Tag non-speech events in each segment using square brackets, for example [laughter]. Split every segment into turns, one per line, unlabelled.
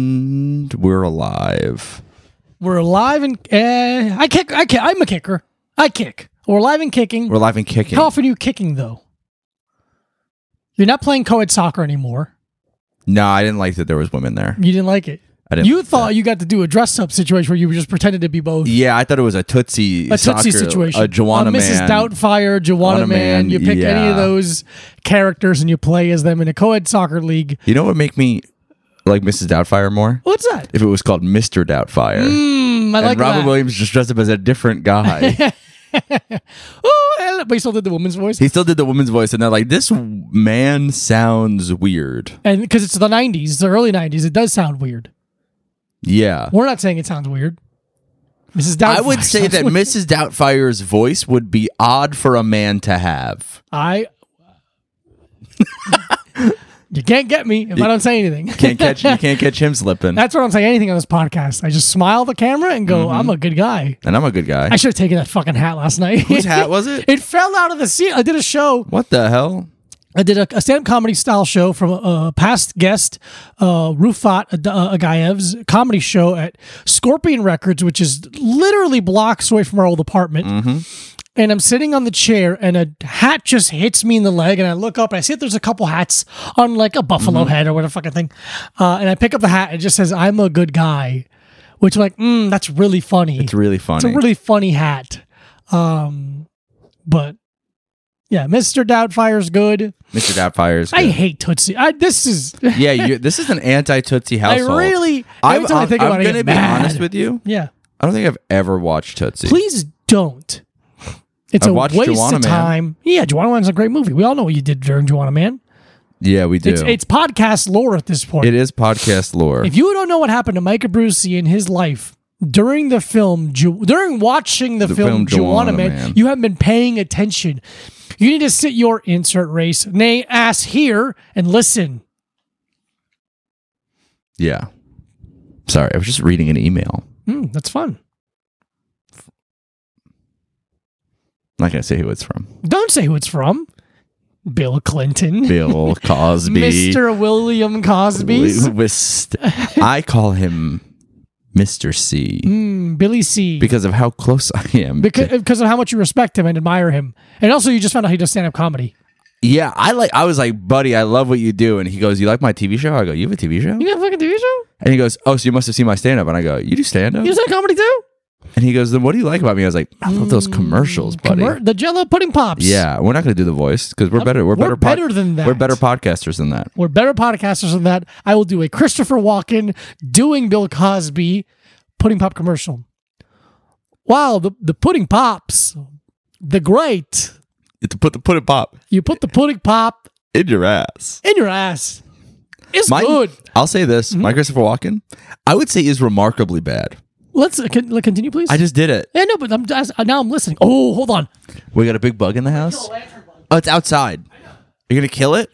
And we're alive.
We're alive and uh, I kick. I kick. I'm a kicker. I kick. We're alive and kicking.
We're alive and kicking.
How often are you kicking though? You're not playing co-ed soccer anymore.
No, I didn't like that there was women there.
You didn't like it.
I didn't
you
like
thought
that.
you got to do a dress-up situation where you just pretended to be both.
Yeah, I thought it was a Tootsie,
A Tootsie
soccer-
situation.
a Joanna
Uh, Mrs.
man.
Doubtfire, Joanna
Joanna
Man.
Man,
You pick any
yeah.
of those characters and you play as them in a co-ed soccer league.
You know what would make me like Mrs. Doubtfire more?
What's that?
If it was called Mr. Doubtfire.
Mm, I
and
like
Robin
that.
Williams just dressed up as a different
[laughs]
guy.
Oh, hello. but he still did the woman's voice.
he still did the woman's voice, and they're like, "This man sounds weird."
and because it's the 90s, the early 90s, it does sound weird.
Yeah,
We're not saying it sounds weird. Mrs. Doubtfire.
I would say
sounds
that
weird.
Mrs. Doubtfire's voice would be odd for a man to have.
I. you can't get me if I don't say anything.
Can't catch you can't catch him slipping.
[laughs] That's what I'm saying. Anything on this podcast, I just smile at the camera and go,
Mm-hmm.
"I'm a good guy."
And I'm a good guy.
I should have taken that fucking hat last night.
Whose
[laughs]
hat was it?
It fell out of the seat. I did a show.
What the hell?
I did a, a stand-up comedy style show from a, a past guest, uh, Rufat Ad- uh, Agayev's comedy show at Scorpion Records, which is literally blocks away from our old apartment.
Mm-hmm.
And I'm sitting on the chair, and a hat just hits me in the leg, and I look up, and I see that there's a couple hats on like a buffalo
Mm-hmm.
head or whatever fucking thing, uh, and I pick up the hat, and it just says "I'm a good guy," which I'm like, mm, that's really funny.
It's really funny.
It's a really funny hat. Um, but yeah, Mr. Doubtfire's good.
Mr. Doubtfire's.
I
good.
hate Tootsie. I, this is.
yeah, you, this is an anti Tootsie
I
household.
really.
I'm,
every time i think
I'm
about it, I
gonna
get
be
mad.
honest with you.
Yeah.
I don't think I've ever watched Tootsie.
Please don't. It's
I've
a
watched
waste
Joanna
of
Man.
time. Yeah, Joanna Man's a great movie. We all know what you did during Joanna Man.
Yeah, we do.
It's it's podcast lore at this point.
It is podcast lore.
If you don't know what happened to Micah Brucey in his life during the film, Ju- during watching the,
The
film,
film
Joanna
Joanna
Man,
Man.
you haven't been paying attention. You need to sit your insert race, nay, ass here and listen.
yeah. Sorry, I was just reading an email.
Hmm, that's fun.
I'm not gonna say who it's
[laughs]
from.
Don't say who it's from. Bill Clinton,
Bill Cosby.
Mr. William Cosby,
Wist- I call him Mr. C
mm, Billy C.
because of how close I am.
Because, because of how much you respect him and admire him, and also you just found out he does stand up comedy.
yeah, I like. I was like, buddy, I love what you do, and he goes, "You like my TV show?" I go, "You have a TV show?"
You got a fucking TV show?
And he goes, "Oh, so you must have seen my stand up?" And I go, "You do stand up?"
You stand comedy too?
And he goes, "Then what do you like about me?" I was like, "I love those commercials, buddy."
Mm, Commer- the Jello pudding pops.
yeah, we're not going to do the voice because we're better. We're, better.
we're
pod-
better than that.
We're better podcasters than that.
We're better podcasters than that. I will do a Christopher Walken doing Bill Cosby pudding pop commercial. Wow, the, the pudding pops. The great.
To put the put a pop
You put the pudding pop
in your ass.
in your ass. It's
Mine,
good. Mm-hmm.
I'll say this: my Christopher Walken, I would say, is remarkably bad.
Let's uh, con- continue, please.
I just did it.
yeah, no, but I'm as- now I'm listening. Oh, hold on.
We got a big bug in the house. Oh, it's outside. You're gonna kill it.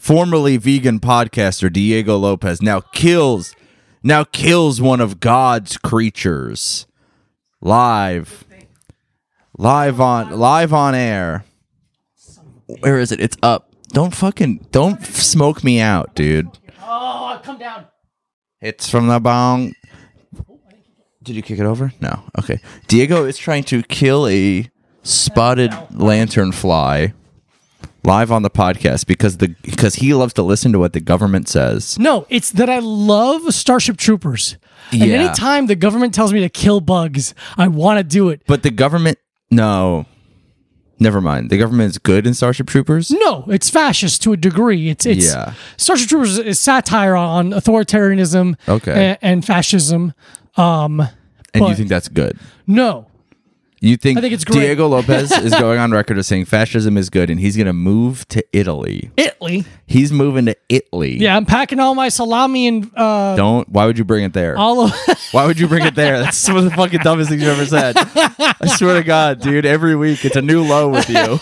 Formerly vegan podcaster Diego Lopez now kills, now kills one of God's creatures, live, live on live on air. Where is it? It's up. Don't fucking don't f- smoke me out, dude.
Oh, come down.
It's from the bong. Did you kick it over? No. Okay. Diego is trying to kill a spotted lantern fly live on the podcast because the because he loves to listen to what the government says.
No, it's that I love Starship Troopers. And
Yeah.
anytime the government tells me to kill bugs, I want to do it.
But the government no. Never mind. The government is good in Starship Troopers.
No, it's fascist to a degree. It's it's
Yeah.
Starship Troopers is satire on authoritarianism
Okay.
a- and, fascism. Um,
And you
But-
think that's good.
no,
You think,
I think it's great.
Diego Lopez
[laughs]
is going on record as saying fascism is good and he's going to move to Italy.
Italy.
He's moving to Italy.
Yeah, I'm packing all my salami and uh,
Don't why would you bring it there?
all of. [laughs]
Why would you bring it there? That's some of the fucking dumbest things you've ever said. I swear to God, dude, every week it's a new low with you.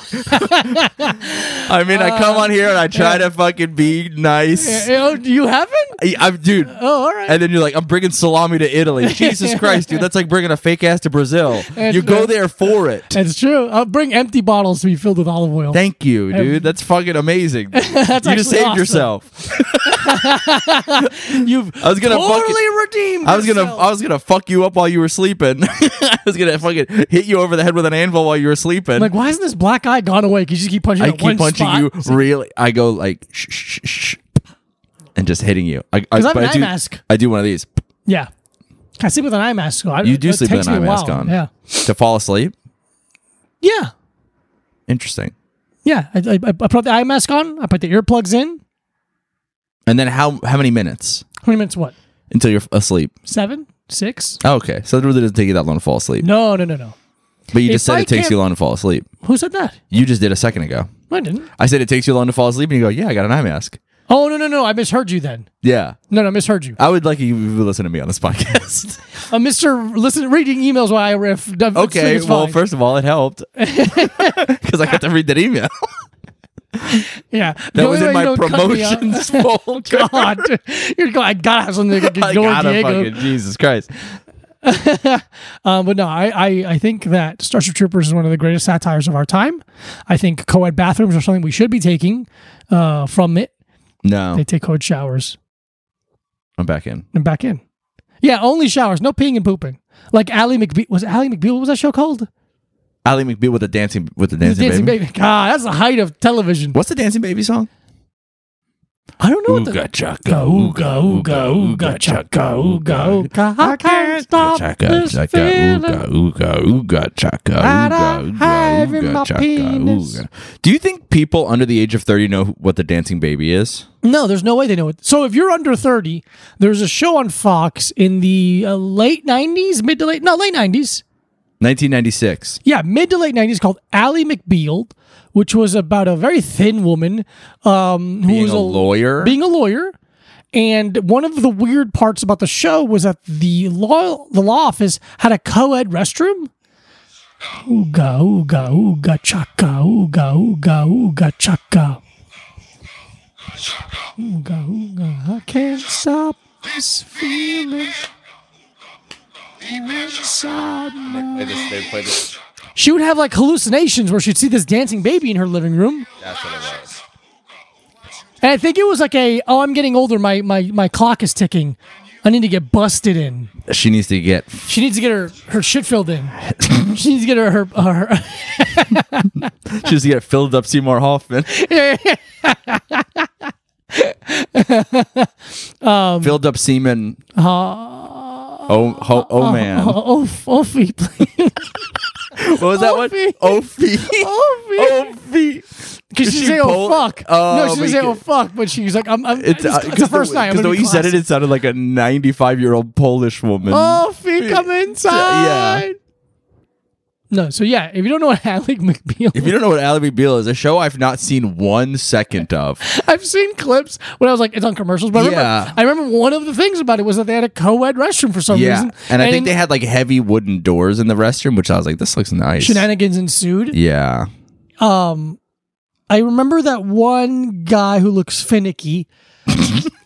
I mean, I come on here and I try to fucking be nice.
You know, eh, oh, you haven't?
I- I'm, dude.
Oh, all right. [laughs]
And then you're like, I'm bringing salami to Italy. Jesus Christ, dude, that's like bringing a fake ass to Brazil. You go there for it.
It's true. I'll bring empty bottles to be filled with olive oil.
Thank you, dude. That's fucking
[laughs]
amazing. you
actually
just saved
awesome. [laughs]
yourself.
You've
I was gonna
totally
fucking-
redeemed.
I was gonna
yourself.
I was gonna fuck you up while you were sleeping. [laughs] I was gonna fucking hit you over the head with an anvil while you were sleeping.
like, why isn't this black eye gone away? Because you just keep punching.
I
at one
keep punching
spot.
you really. I go like shh shh shh, shh and just hitting you. I, I,
Because I have
but
an
I
eye
do,
mask.
I do one of these.
Yeah, I sleep with an eye mask on.
You do
It
sleep with
takes
an eye
me a
mask
while.
on.
Yeah,
To fall asleep.
yeah,
Interesting.
yeah. I, I, I put the eye mask on. I put the earplugs in.
And then how how many minutes
Twenty minutes. What?
until you're asleep?
Seven? Six?
Oh, okay, so it really doesn't take you that long to fall asleep.
No, no, no, no.
but you just
if
said
I
it takes
can't-
you long to fall asleep.
Who said that?
You just did a second ago.
I didn't.
I said it takes you long to fall asleep, and you go, "Yeah, I got an eye mask."
Oh no, no, no. I misheard you then.
Yeah,
No, no, I misheard you.
I would like you to listen to me on this [laughs] podcast.
Uh, Mr. Listen, reading emails while I riff.
okay,
it's
well,
fine.
first of all, it helped [laughs] because I got to read that email
yeah, The
that
only
was
way
in my
you don't cut me off-
promotions folder.
[laughs]
[laughs]
God, you're going. I gotta have something that can
I
ignore
gotta
Diego.
fucking Jesus Christ.
Um, but no, I, I I think that Starship Troopers is one of the greatest satires of our time. I think co-ed bathrooms are something we should be taking uh, from it.
No,
They take co-ed showers
I'm back in.
and back in. Yeah, only showers, no peeing and pooping. Like Ally McBeal was it Ally McBeal. What was that show called?
Ali McBeal with the dancing with the
The
dancing,
Dancing
baby.
Baby. God, that's the height of television.
What's the dancing baby song?
I don't know what the.
Ooga chaka,
Ooga, ooga, ooga, ooga, chaka, ooga, ooga. I can't stop this feeling.
ooga, ooga, chaka,
That I have in my penis.
Do you think people under the age of thirty know what the dancing baby is?
No, there's no way they know it. So if you're under 30, there's a show on Fox in the uh, late 90s, mid to late, no, late 90s.
1996.
Yeah, mid to late 90s called Ally McBeal, which was about a very thin woman um, who
Being
was
a lawyer.
Being a lawyer. And one of the weird parts about the show was that the law the law office had a co-ed restroom. Ooga ooga ooga chaka ooga ooga ooga chaka. Ooga ooga, I can't stop this feeling inside my
They just- they play this-
she would have like hallucinations where she'd see this dancing baby in her living room.
that's what it was.
And I think it was like a, oh, I'm getting older. My my my clock is ticking. I need to get busted in.
She needs to get.
She needs to get her her shit filled in. [laughs] she needs to get her her. her
She needs to get filled up Seymour
[laughs]
Hoffman.
Um,
filled up semen. oh, ho, oh man.
[laughs] oh, oh, oh,
[laughs]
feet, please.
What was that one?
Ophi.
Ophi.
Oh, feet.
Ophi.
Because she
she
say, oh,
Pol-
fuck.
Oh,
no, she
but
didn't say,
you-
oh, fuck. But she was like, I'm, I'm it's,
It's, uh,
it's, the first time.
Because the way you said it, it sounded like a 95 year old Polish woman.
Oh, feet, come inside.
Yeah.
No, so yeah, if you don't know what [laughs] Alec McBeal
If you don't know what Ally McBeal is, a show I've not seen one second of.
I've seen clips when I was like, it's on commercials, but I remember,
Yeah.
I remember one of the things about it was that they had a co-ed restroom for some
Yeah.
reason.
And I think
then
they had like heavy wooden doors in the restroom, which I was like, this looks nice.
shenanigans ensued.
yeah.
Um, I remember that one guy who
[laughs]
looks finicky.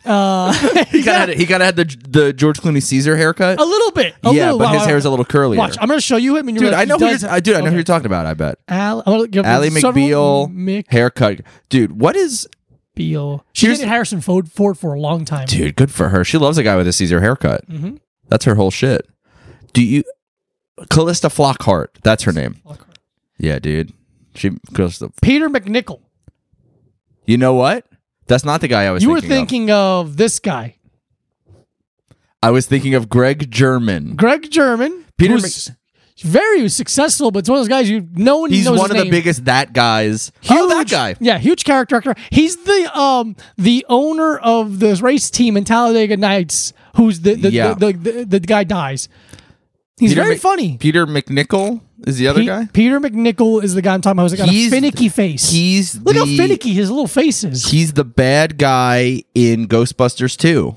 uh,
He kind of he kind of had the the George Clooney Caesar haircut.
[laughs] a little bit. A
yeah,
little,
but his hair is a little curlier.
Watch, I'm going to show you him. And you're
dude, I know who
he
you're,
does-
I- dude, I know who
Okay.
you're talking about. I bet
Al, I'm gonna give
Ally
several-
McBeal
McBeal.
haircut. Dude, what is
She
Here's-
dated Harrison Ford, Ford for a long time.
dude? Good for her. She loves a guy with a Caesar haircut.
Mhm.
That's her whole shit. Do you, Callista Flockhart? That's her name. Yeah, dude. She Callista.
Peter McNichol.
You know what? That's not the guy I was.
You were
thinking of.
thinking of this guy,
I was thinking of Greg German.
Greg German.
Peter
who's very successful, but it's one of those guys you no one
He's
knows
one
his
of the
name.
biggest that guys. Oh, that guy.
Yeah, huge character actor. He's the um the owner of the race team in Talladega Nights. Who's the the
Yeah.
the, the, the, the guy dies. He's
Peter
very
Mc-
funny.
Peter McNichol is the other
Pe-
guy.
Peter McNichol is the guy I'm talking about. He's got
He's-
a finicky face.
He's
Look how
the-
finicky his little face is.
He's the bad guy in Ghostbusters 2.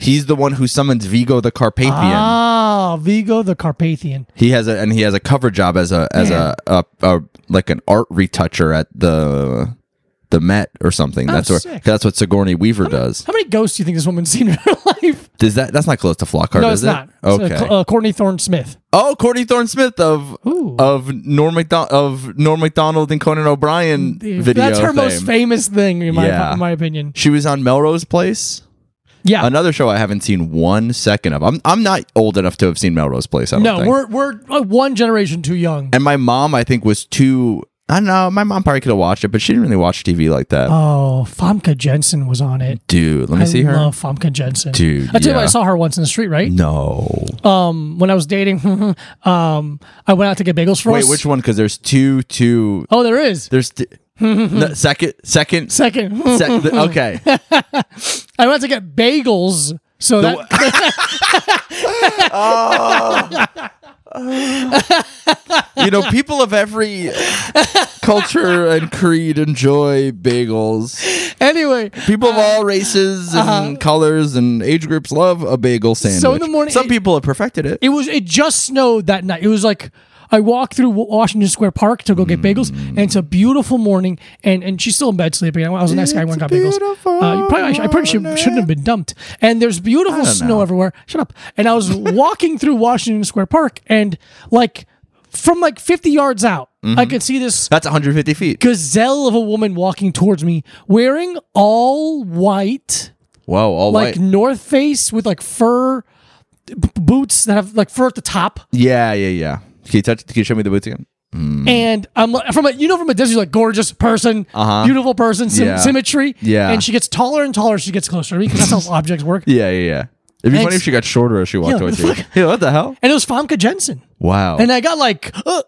He's the one who summons Vigo the Carpathian.
Ah, Vigo the Carpathian.
He has a and he has a cover job as a as a, a, a like an art retoucher at the the Met or something.
Oh,
that's what
sick. Oh.
that's what Sigourney Weaver does.
How many ghosts do you think this woman's [laughs] seen in her life?
Does that that's not close to Flockhart,
No,
is
it's
it?
not. It's, uh,
Okay.
Cl- uh, Courtney Thorne Smith.
oh, Courtney Thorne Smith of
Ooh.
of Norm McDonald of Norm McDonald and Conan O'Brien video.
That's her
thing.
most famous thing, in my,
Yeah.
in my opinion.
She was on Melrose Place.
Uh-huh. Yeah.
Another show I haven't seen one second of. I'm I'm not old enough to have seen Melrose Place. I don't
no,
think.
we're, we're uh, one generation too young.
and my mom I think was too. I don't know. My mom probably could have watched it, but she didn't really watch TV like that.
Oh, Famke Jensen was on it.
Dude, let me
I
see her.
love Famke Jensen.
Dude,
I tell you what,
yeah. Mm.
I saw her once in the street, right?
no.
Um, when I was dating, [laughs] um, I went out to get bagels for
Wait,
us.
which one? Because there's two, two.
Oh, there is.
There's
[laughs]
th- no, second, second, second.
Second, [laughs]
okay.
I went out to get bagels. So that,
You know, people of every culture and creed enjoy bagels.
[laughs] anyway,
People of all races and colors and age groups love a bagel sandwich.
uh-huh. in the morning-
some people have perfected it.
it was it just snowed that night. It was like I walked through Wa- Washington Square Park to go get bagels, and it's a beautiful morning. And and she's still in bed sleeping. I was a nice guy. I went and got
It's a
bagels.
beautiful
Uh, you probably, I, I probably should,
morning.
shouldn't have been dumped. And there's beautiful
don't
snow
know.
everywhere. Shut up. And I was walking through Washington Square Park, and like from like 50 yards out, I could see this
That's 150 feet.
gazelle of a woman walking towards me, wearing all white
Whoa, all
like
white.
North Face with like fur b- boots that have like fur at the top.
Yeah, yeah, yeah. Can you touch? Can you show me the boots again?
And I'm like, from a you know from a distance, you're like gorgeous person,
Uh-huh.
beautiful person, sym-
Yeah.
symmetry.
Yeah.
And she gets taller and taller. as She gets closer to me because
[laughs]
that's how objects work.
Yeah, yeah, yeah. It'd be funny if
And it's-
she got shorter as she walked
Yeah,
away.
the
too.
fuck-
Yeah, what the hell?
And it was Famke Jensen.
Wow.
And I got like, uh,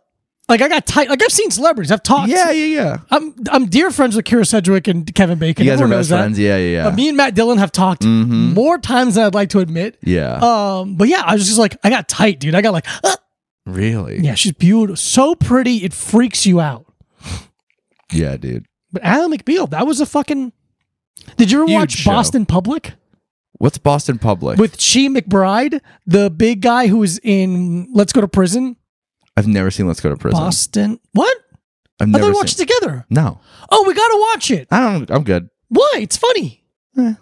like I got tight. Like I've seen celebrities. I've talked.
yeah, yeah, yeah.
I'm I'm dear friends with Kira Sedgwick and Kevin Bacon.
You guys are
Everyone
best
knows that.
friends. Yeah, yeah, yeah.
But me and Matt Dillon have talked more times than I'd like to admit.
yeah.
Um, but yeah, I was just like, I got tight, dude. I got like, uh,
really?
yeah, she's beautiful, so pretty, it freaks you out.
Yeah, dude.
But Alan McBeal, that was a fucking. Did you ever
Huge
watch
show.
Boston Public
What's Boston Public?
with Chi McBride, the big guy who was in Let's Go to Prison?
I've never seen Let's Go to Prison.
Boston. What?
I've
I thought
never
we
seen.
watched it together.
no,
Oh, we gotta watch it.
I don't. I'm good.
Why? It's funny.
Eh.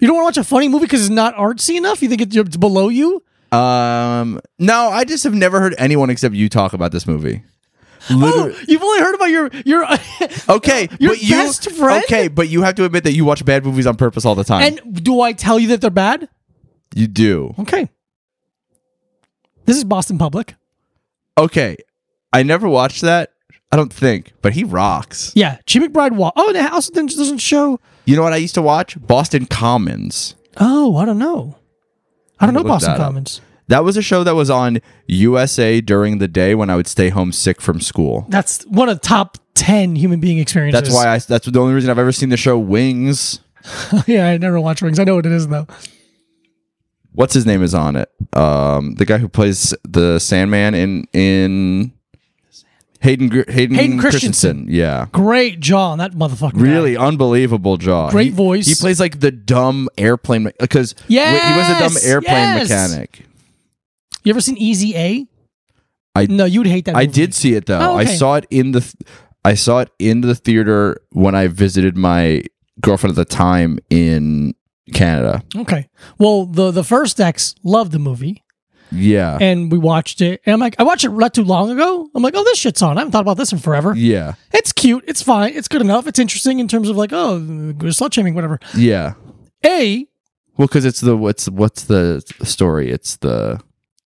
You don't want to watch a funny movie because it's not artsy enough. You think it's it's below you?
Um, no, I just have never heard anyone except you talk about this movie.
Oh,
Literally.
[gasps] you've only heard about your your [laughs]
okay,
your
but you,
best friend?
Okay, but you have to admit that you watch bad movies on purpose all the time.
And do I tell you that they're bad?
you do.
Okay. This is Boston Public.
Okay, I never watched that. I don't think, but he rocks.
Yeah, Chi McBride. Wa- oh, and it also then doesn't show.
You know what I used to watch? Boston Commons.
Oh, I don't know. I don't know
me look
Boston
that up.
Commons.
That was a show that was on USA during the day when I would stay home sick from school.
That's one of the top ten human being experiences.
That's why I. That's the only reason I've ever seen the show Wings.
[laughs] yeah, I never watch Wings. I know what it is though.
What's his name is on it? Um, the guy who plays the Sandman in in Hayden Gr- Hayden,
Hayden Christensen.
Christensen. Yeah,
Great jaw on that motherfucker. guy.
really unbelievable jaw.
Great
He-
voice.
He plays like the dumb airplane because he was a
Yes,
dumb airplane
yes.
mechanic.
You ever seen Easy A?
I-
no, you'd hate that.
I
movie.
did see it though.
Oh,
I
okay.
saw it in the, th- I saw it in the theater when I visited my girlfriend at the time in Canada.
Okay. Well, the the first ex loved the movie,
Yeah,
and we watched it. And I'm like, I watched it not too long ago. I'm like, oh, this shit's on. I haven't thought about this in forever.
yeah,
It's cute. It's fine. It's good enough. It's interesting in terms of like, oh, slut shaming, whatever.
yeah.
A,
Well, because it's the what's what's the story? It's the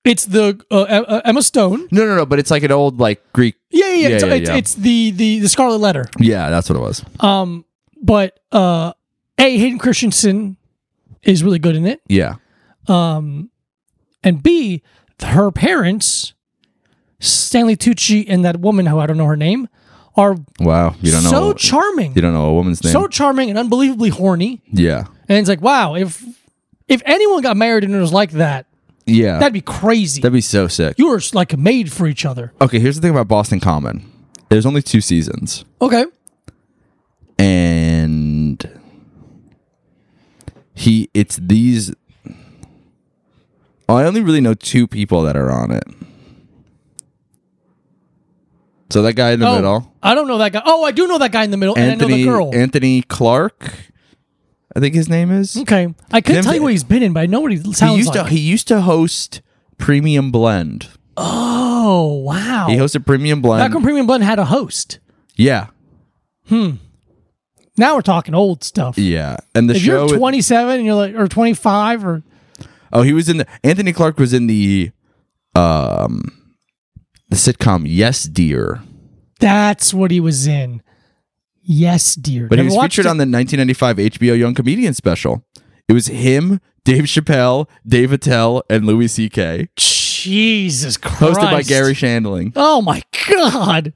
it's the uh, uh, Emma Stone.
no, no, no. But it's like an old like Greek.
Yeah, yeah, yeah.
Yeah,
it's,
yeah,
it's,
yeah.
it's the the the Scarlet Letter.
Yeah, that's what it was.
Um, but uh, A, Hayden Christensen is really good in it.
Yeah,
Um, and B, her parents, Stanley Tucci and that woman who I don't know her name, are
wow. You don't know.
so charming,
you don't know a woman's name.
so charming and unbelievably horny.
yeah,
And it's like, wow, if if anyone got married and it was like that,
yeah.
that'd be crazy.
that'd be so sick.
you were like made for each other.
Okay, here's the thing about Boston Common. There's only two seasons.
Okay.
and he it's these I only really know two people that are on it. So that guy in the
Oh,
middle,
I don't know that guy. Oh, I do know that guy in the middle, and I know the
Anthony
girl.
Anthony Clark, I think his name is.
okay, I couldn't
Him-
tell you what he's been in, but I know what he sounds
He used
like.
to he used to host Premium Blend.
oh wow!
He hosted Premium
Back
Blend.
when Premium Button had a host.
yeah,
Now we're talking old stuff.
yeah. And the
if
show.
you're 27 and you're like, or 25 or
oh, he was in the Anthony Clark was in the, um, the sitcom Yes Dear,
that's what he was in. Yes, dear.
but
Never
he was
watched
featured
it.
on the 1995 HBO Young Comedian special. It was him, Dave Chappelle, Dave Attell, and Louis C.K.
Jesus Christ.
Hosted by Gary Shandling.
Oh my God.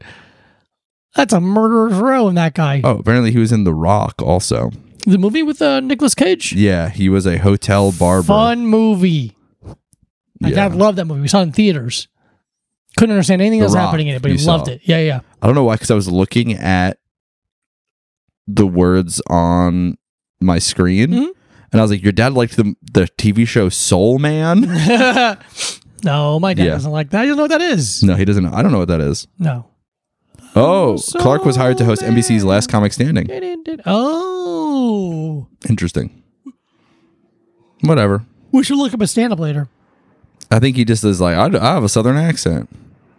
That's a murderer's row in that guy.
Oh, apparently he was in The Rock also.
The movie with uh, Nicolas Cage.
Yeah, he was a hotel barber.
Fun movie. My
Yeah.
dad loved that movie. We saw it in theaters. Couldn't understand anything
The
that was
Rock,
happening in it, but
you
he loved
saw.
it. Yeah, yeah.
I don't know why, because I was looking at the words on my screen,
Mhm.
and I was like, "Your dad liked the the TV show Soul Man."
[laughs] no, my dad
Yeah.
doesn't like that. He doesn't know what that is.
no, he doesn't. know. I don't know what that is.
No.
Oh,
Soul
Clark was hired to host
Man.
NBC's Last Comic Standing.
Oh.
Interesting. Whatever.
We should look up a stand up later.
I think he just is like, I, I have a southern accent.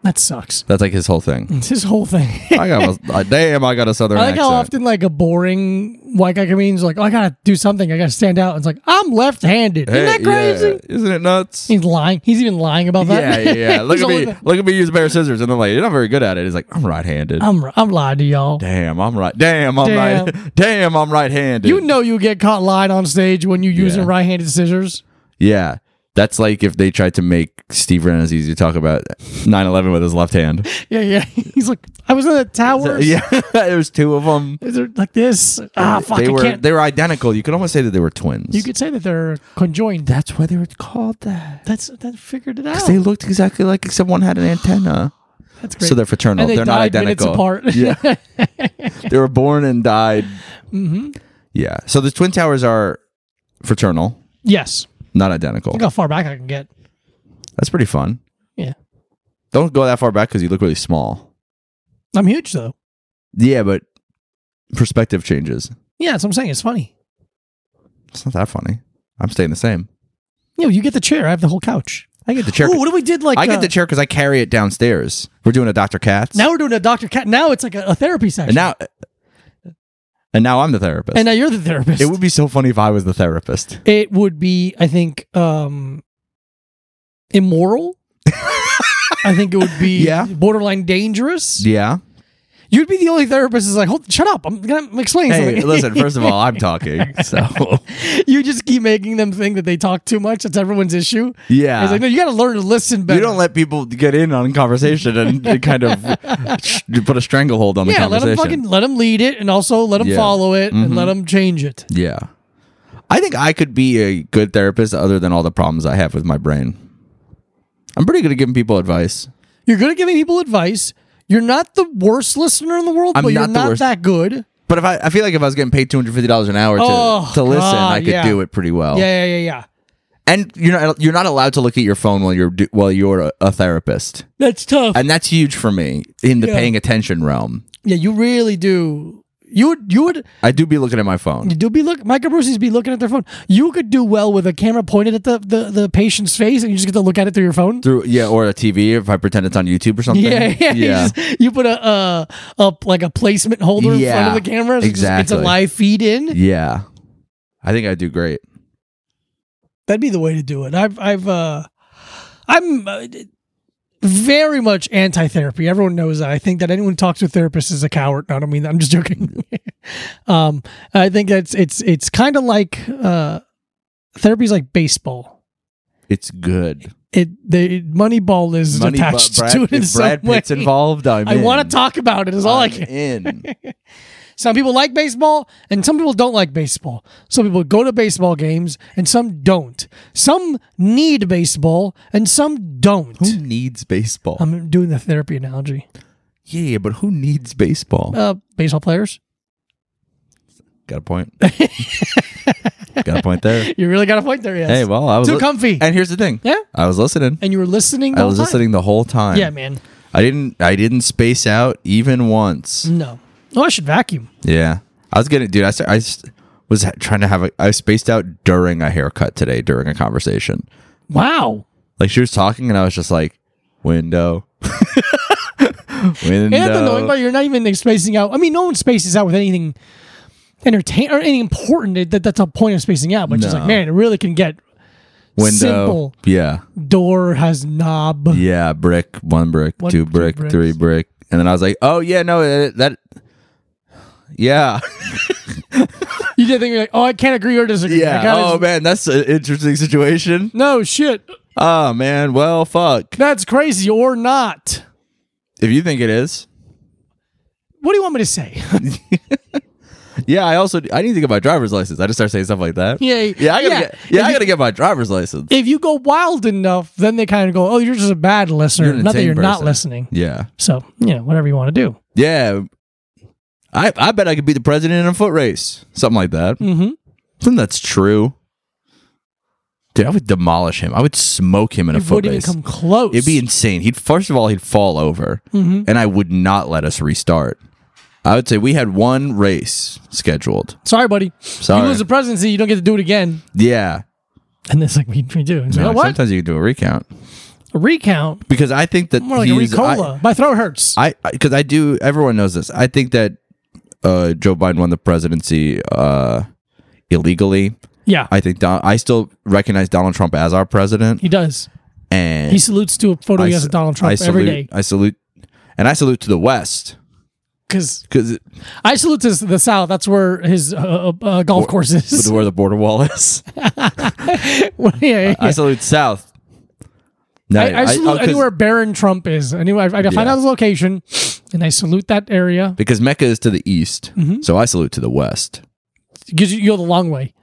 That sucks. [laughs]
That's like his whole thing.
It's his whole thing. [laughs]
I got a I- damn. I got a southern
I like
accent.
how often like a boring white guy comedian's like, oh, I gotta do something, I gotta stand out. It's like, I'm left handed.
Hey,
Isn't that crazy?
yeah. Isn't it nuts?
He's lying. He's even lying about
Yeah,
that.
yeah.
[laughs]
yeah. Look
He's
at
all
me.
like,
Look at me use a pair of scissors, and I'm like, you're not very good at it. He's like, I'm right-handed.
I'm I'm lying to y'all.
damn, I'm right. Damn, I'm
Damn.
right. [laughs] Damn, I'm right-handed.
You know you get caught lying on stage when you using
Yeah.
right handed scissors.
yeah. That's like if they tried to make Steve Renazzisi to talk about 9/11 with his left hand.
Yeah, yeah. [laughs] He's like, I was in the
So,
tower.
yeah, [laughs] there's two of them.
Is there- like this? Ah, fuck.
they
I
were
can't.
they were identical. You could almost say that they were twins.
you could say that they're conjoined.
That's why they were called that.
That's that figured it out.
Because they looked exactly like except one had an antenna.
That's great.
So they're fraternal.
and they
are not
died minutes
identical.
apart. [laughs]
Yeah. they were born and died.
Mm-hmm.
Yeah. So the Twin Towers are fraternal,
yes.
not identical.
Look how far back I can get.
That's pretty fun.
Yeah.
Don't go that far back because you look really small.
I'm huge though.
Yeah, but perspective changes.
Yeah, that's what I'm saying. It's funny.
It's not that funny. I'm staying the same.
You know, you get the chair. I have the whole couch.
I get the chair.
Ooh, what if we did like?
I get
uh,
the chair because I carry it downstairs. We're doing a Dr. Katz.
Now we're doing a Dr. Cat. Now it's like a, a therapy session.
and now and now I'm the therapist.
and now you're the therapist.
it would be so funny if I was the therapist.
It would be, I think, um,
[laughs]
immoral. I think it would be
Yeah.
borderline dangerous.
Yeah.
You'd be the only therapist that's like, hold, shut up. I'm going to explain
Hey,
something.
listen, first of all, I'm
[laughs]
talking. So
you just keep making them think that they talk too much. That's everyone's issue.
yeah.
It's like, no, you got to learn to listen better.
you don't let people get in on conversation
[laughs]
and kind of put a stranglehold on the
yeah, let
conversation.
them fucking let them lead it, and also let them
Yeah. Mm-hmm.
follow it, and let them change it.
Yeah. I think I could be a good therapist other than all the problems I have with my brain. I'm pretty good at giving people advice.
You're good at giving people advice. You're not the worst listener in the world,
I'm
but you're
not the
not
worst.
that good.
But if I, I feel like if I was getting paid two hundred fifty dollars an hour to,
Oh,
to listen,
God,
I could
yeah.
do it pretty well.
Yeah, yeah, yeah, yeah.
And you're not you're not allowed to look at your phone while you're do, while you're a, a therapist,
That's tough.
and that's huge for me in the
Yeah.
paying attention realm.
yeah, you really do. You would, you would,
I do be looking at my phone.
you do be look. Micah Bruce's be looking at their phone. You could do well with a camera pointed at the the, the patient's face, and you just get to look at it through your phone.
through yeah or a TV if I pretend it's on YouTube or something.
Yeah, [laughs] yeah, You,
yeah.
just- you put a uh up like a placement holder in
Yeah,
front of the camera. So It just gets
exactly.
a live feed in.
Yeah. I think I do great.
That'd be the way to do it. I've I've uh I'm uh, very much anti therapy. Everyone knows that. I think that anyone who talks to a therapist is a coward. No, I don't mean that. I'm just joking. [laughs] um I think that's it's it's kind of like uh therapy's like baseball.
It's good.
It the Moneyball is
Money,
attached
but Brad,
to it in
if Brad
some way.
Pitt's involved. I'm
I want
in. Uh,
to talk about it. Is all I
I'm
can. [laughs]
in.
Some people like baseball and some people don't like baseball. Some people go to baseball games and some don't. Some need baseball and some don't.
Who needs baseball?
I'm doing the therapy analogy.
yeah, but who needs baseball?
Uh, baseball players,
Got a point. [laughs] Got a point there.
you really got a point there. Yes.
Hey, well, I was
too
li-
comfy.
And here's the thing.
yeah.
I was listening.
And you were listening. The
I was
whole time?
listening the whole time.
Yeah, man.
I didn't I didn't space out even once.
No. Oh, I should vacuum.
Yeah, I was gonna, dude. I st- I s- was ha- trying to have a. I spaced out during a haircut today during a conversation.
Wow.
Like she was talking, and I was just like, window, [laughs] window.
And that's annoying part. You're not even spacing out. I mean, no one spaces out with anything entertain or anything important. That, that's a point of spacing out. But just like,
No.
man, it really can get
window.
simple.
Yeah,
door has knob.
yeah. Brick, one brick,
One,
two
two
brick,
bricks.
three brick, and then I was like, oh yeah, no, that. that
[laughs]
yeah, [laughs]
You did think you're like, oh, I can't agree or disagree. I
yeah.
gotta-
Oh man, that's an interesting situation.
no shit.
Oh man, well, fuck.
That's crazy or not.
If you think it is,
What do you want me to say? [laughs]
yeah. I also I need to get my driver's license. I just start saying stuff like that.
yeah,
Yeah, I gotta get. Yeah,
if
I
you-
gotta get my driver's license.
If you go wild enough, then they kind of go, "Oh, you're just a bad listener."
You're an
not that
insane
you're not
person.
listening.
Yeah,
So you know, whatever you want to do.
yeah. I I bet I could be the president in a foot race, something like that.
Mm-hmm.
Something that's true. Dude, I would demolish him. I would smoke him in a
It
foot
wouldn't even
race.
come close.
It'd be insane. He'd first of all he'd fall over,
Mhm.
and I would not let us restart. I would say we had one race scheduled.
sorry, buddy.
Sorry.
You lose the presidency, you don't get to do it again.
Yeah,
And it's like we, we do. It's like,
No,
"Oh, what?
sometimes you can do a recount
A recount?
because I think that
More like a
he's- I-
Ricola. My throat hurts.
I because I do. Everyone knows this. I think that uh, Joe Biden won the presidency uh, illegally.
yeah,
I think Don, I still recognize Donald Trump as our president,
he does.
and
He salutes to a photo
I
he has
s-
of Donald
I
Trump
salute,
every day.
I salute, and I salute to the West
Because
because
I salute to the South. That's where his uh, uh, golf course is.
where the border wall [laughs] is.
[laughs] yeah,
[laughs]
yeah,
I
yeah.
salute South. No,
I, I salute
oh, 'cause-
anywhere Baron Trump is. Anywhere I, I find
Yeah.
out his location, and I salute that area
because Mecca is to the east,
Mm-hmm.
so I salute to the West.
because you, you go the long way.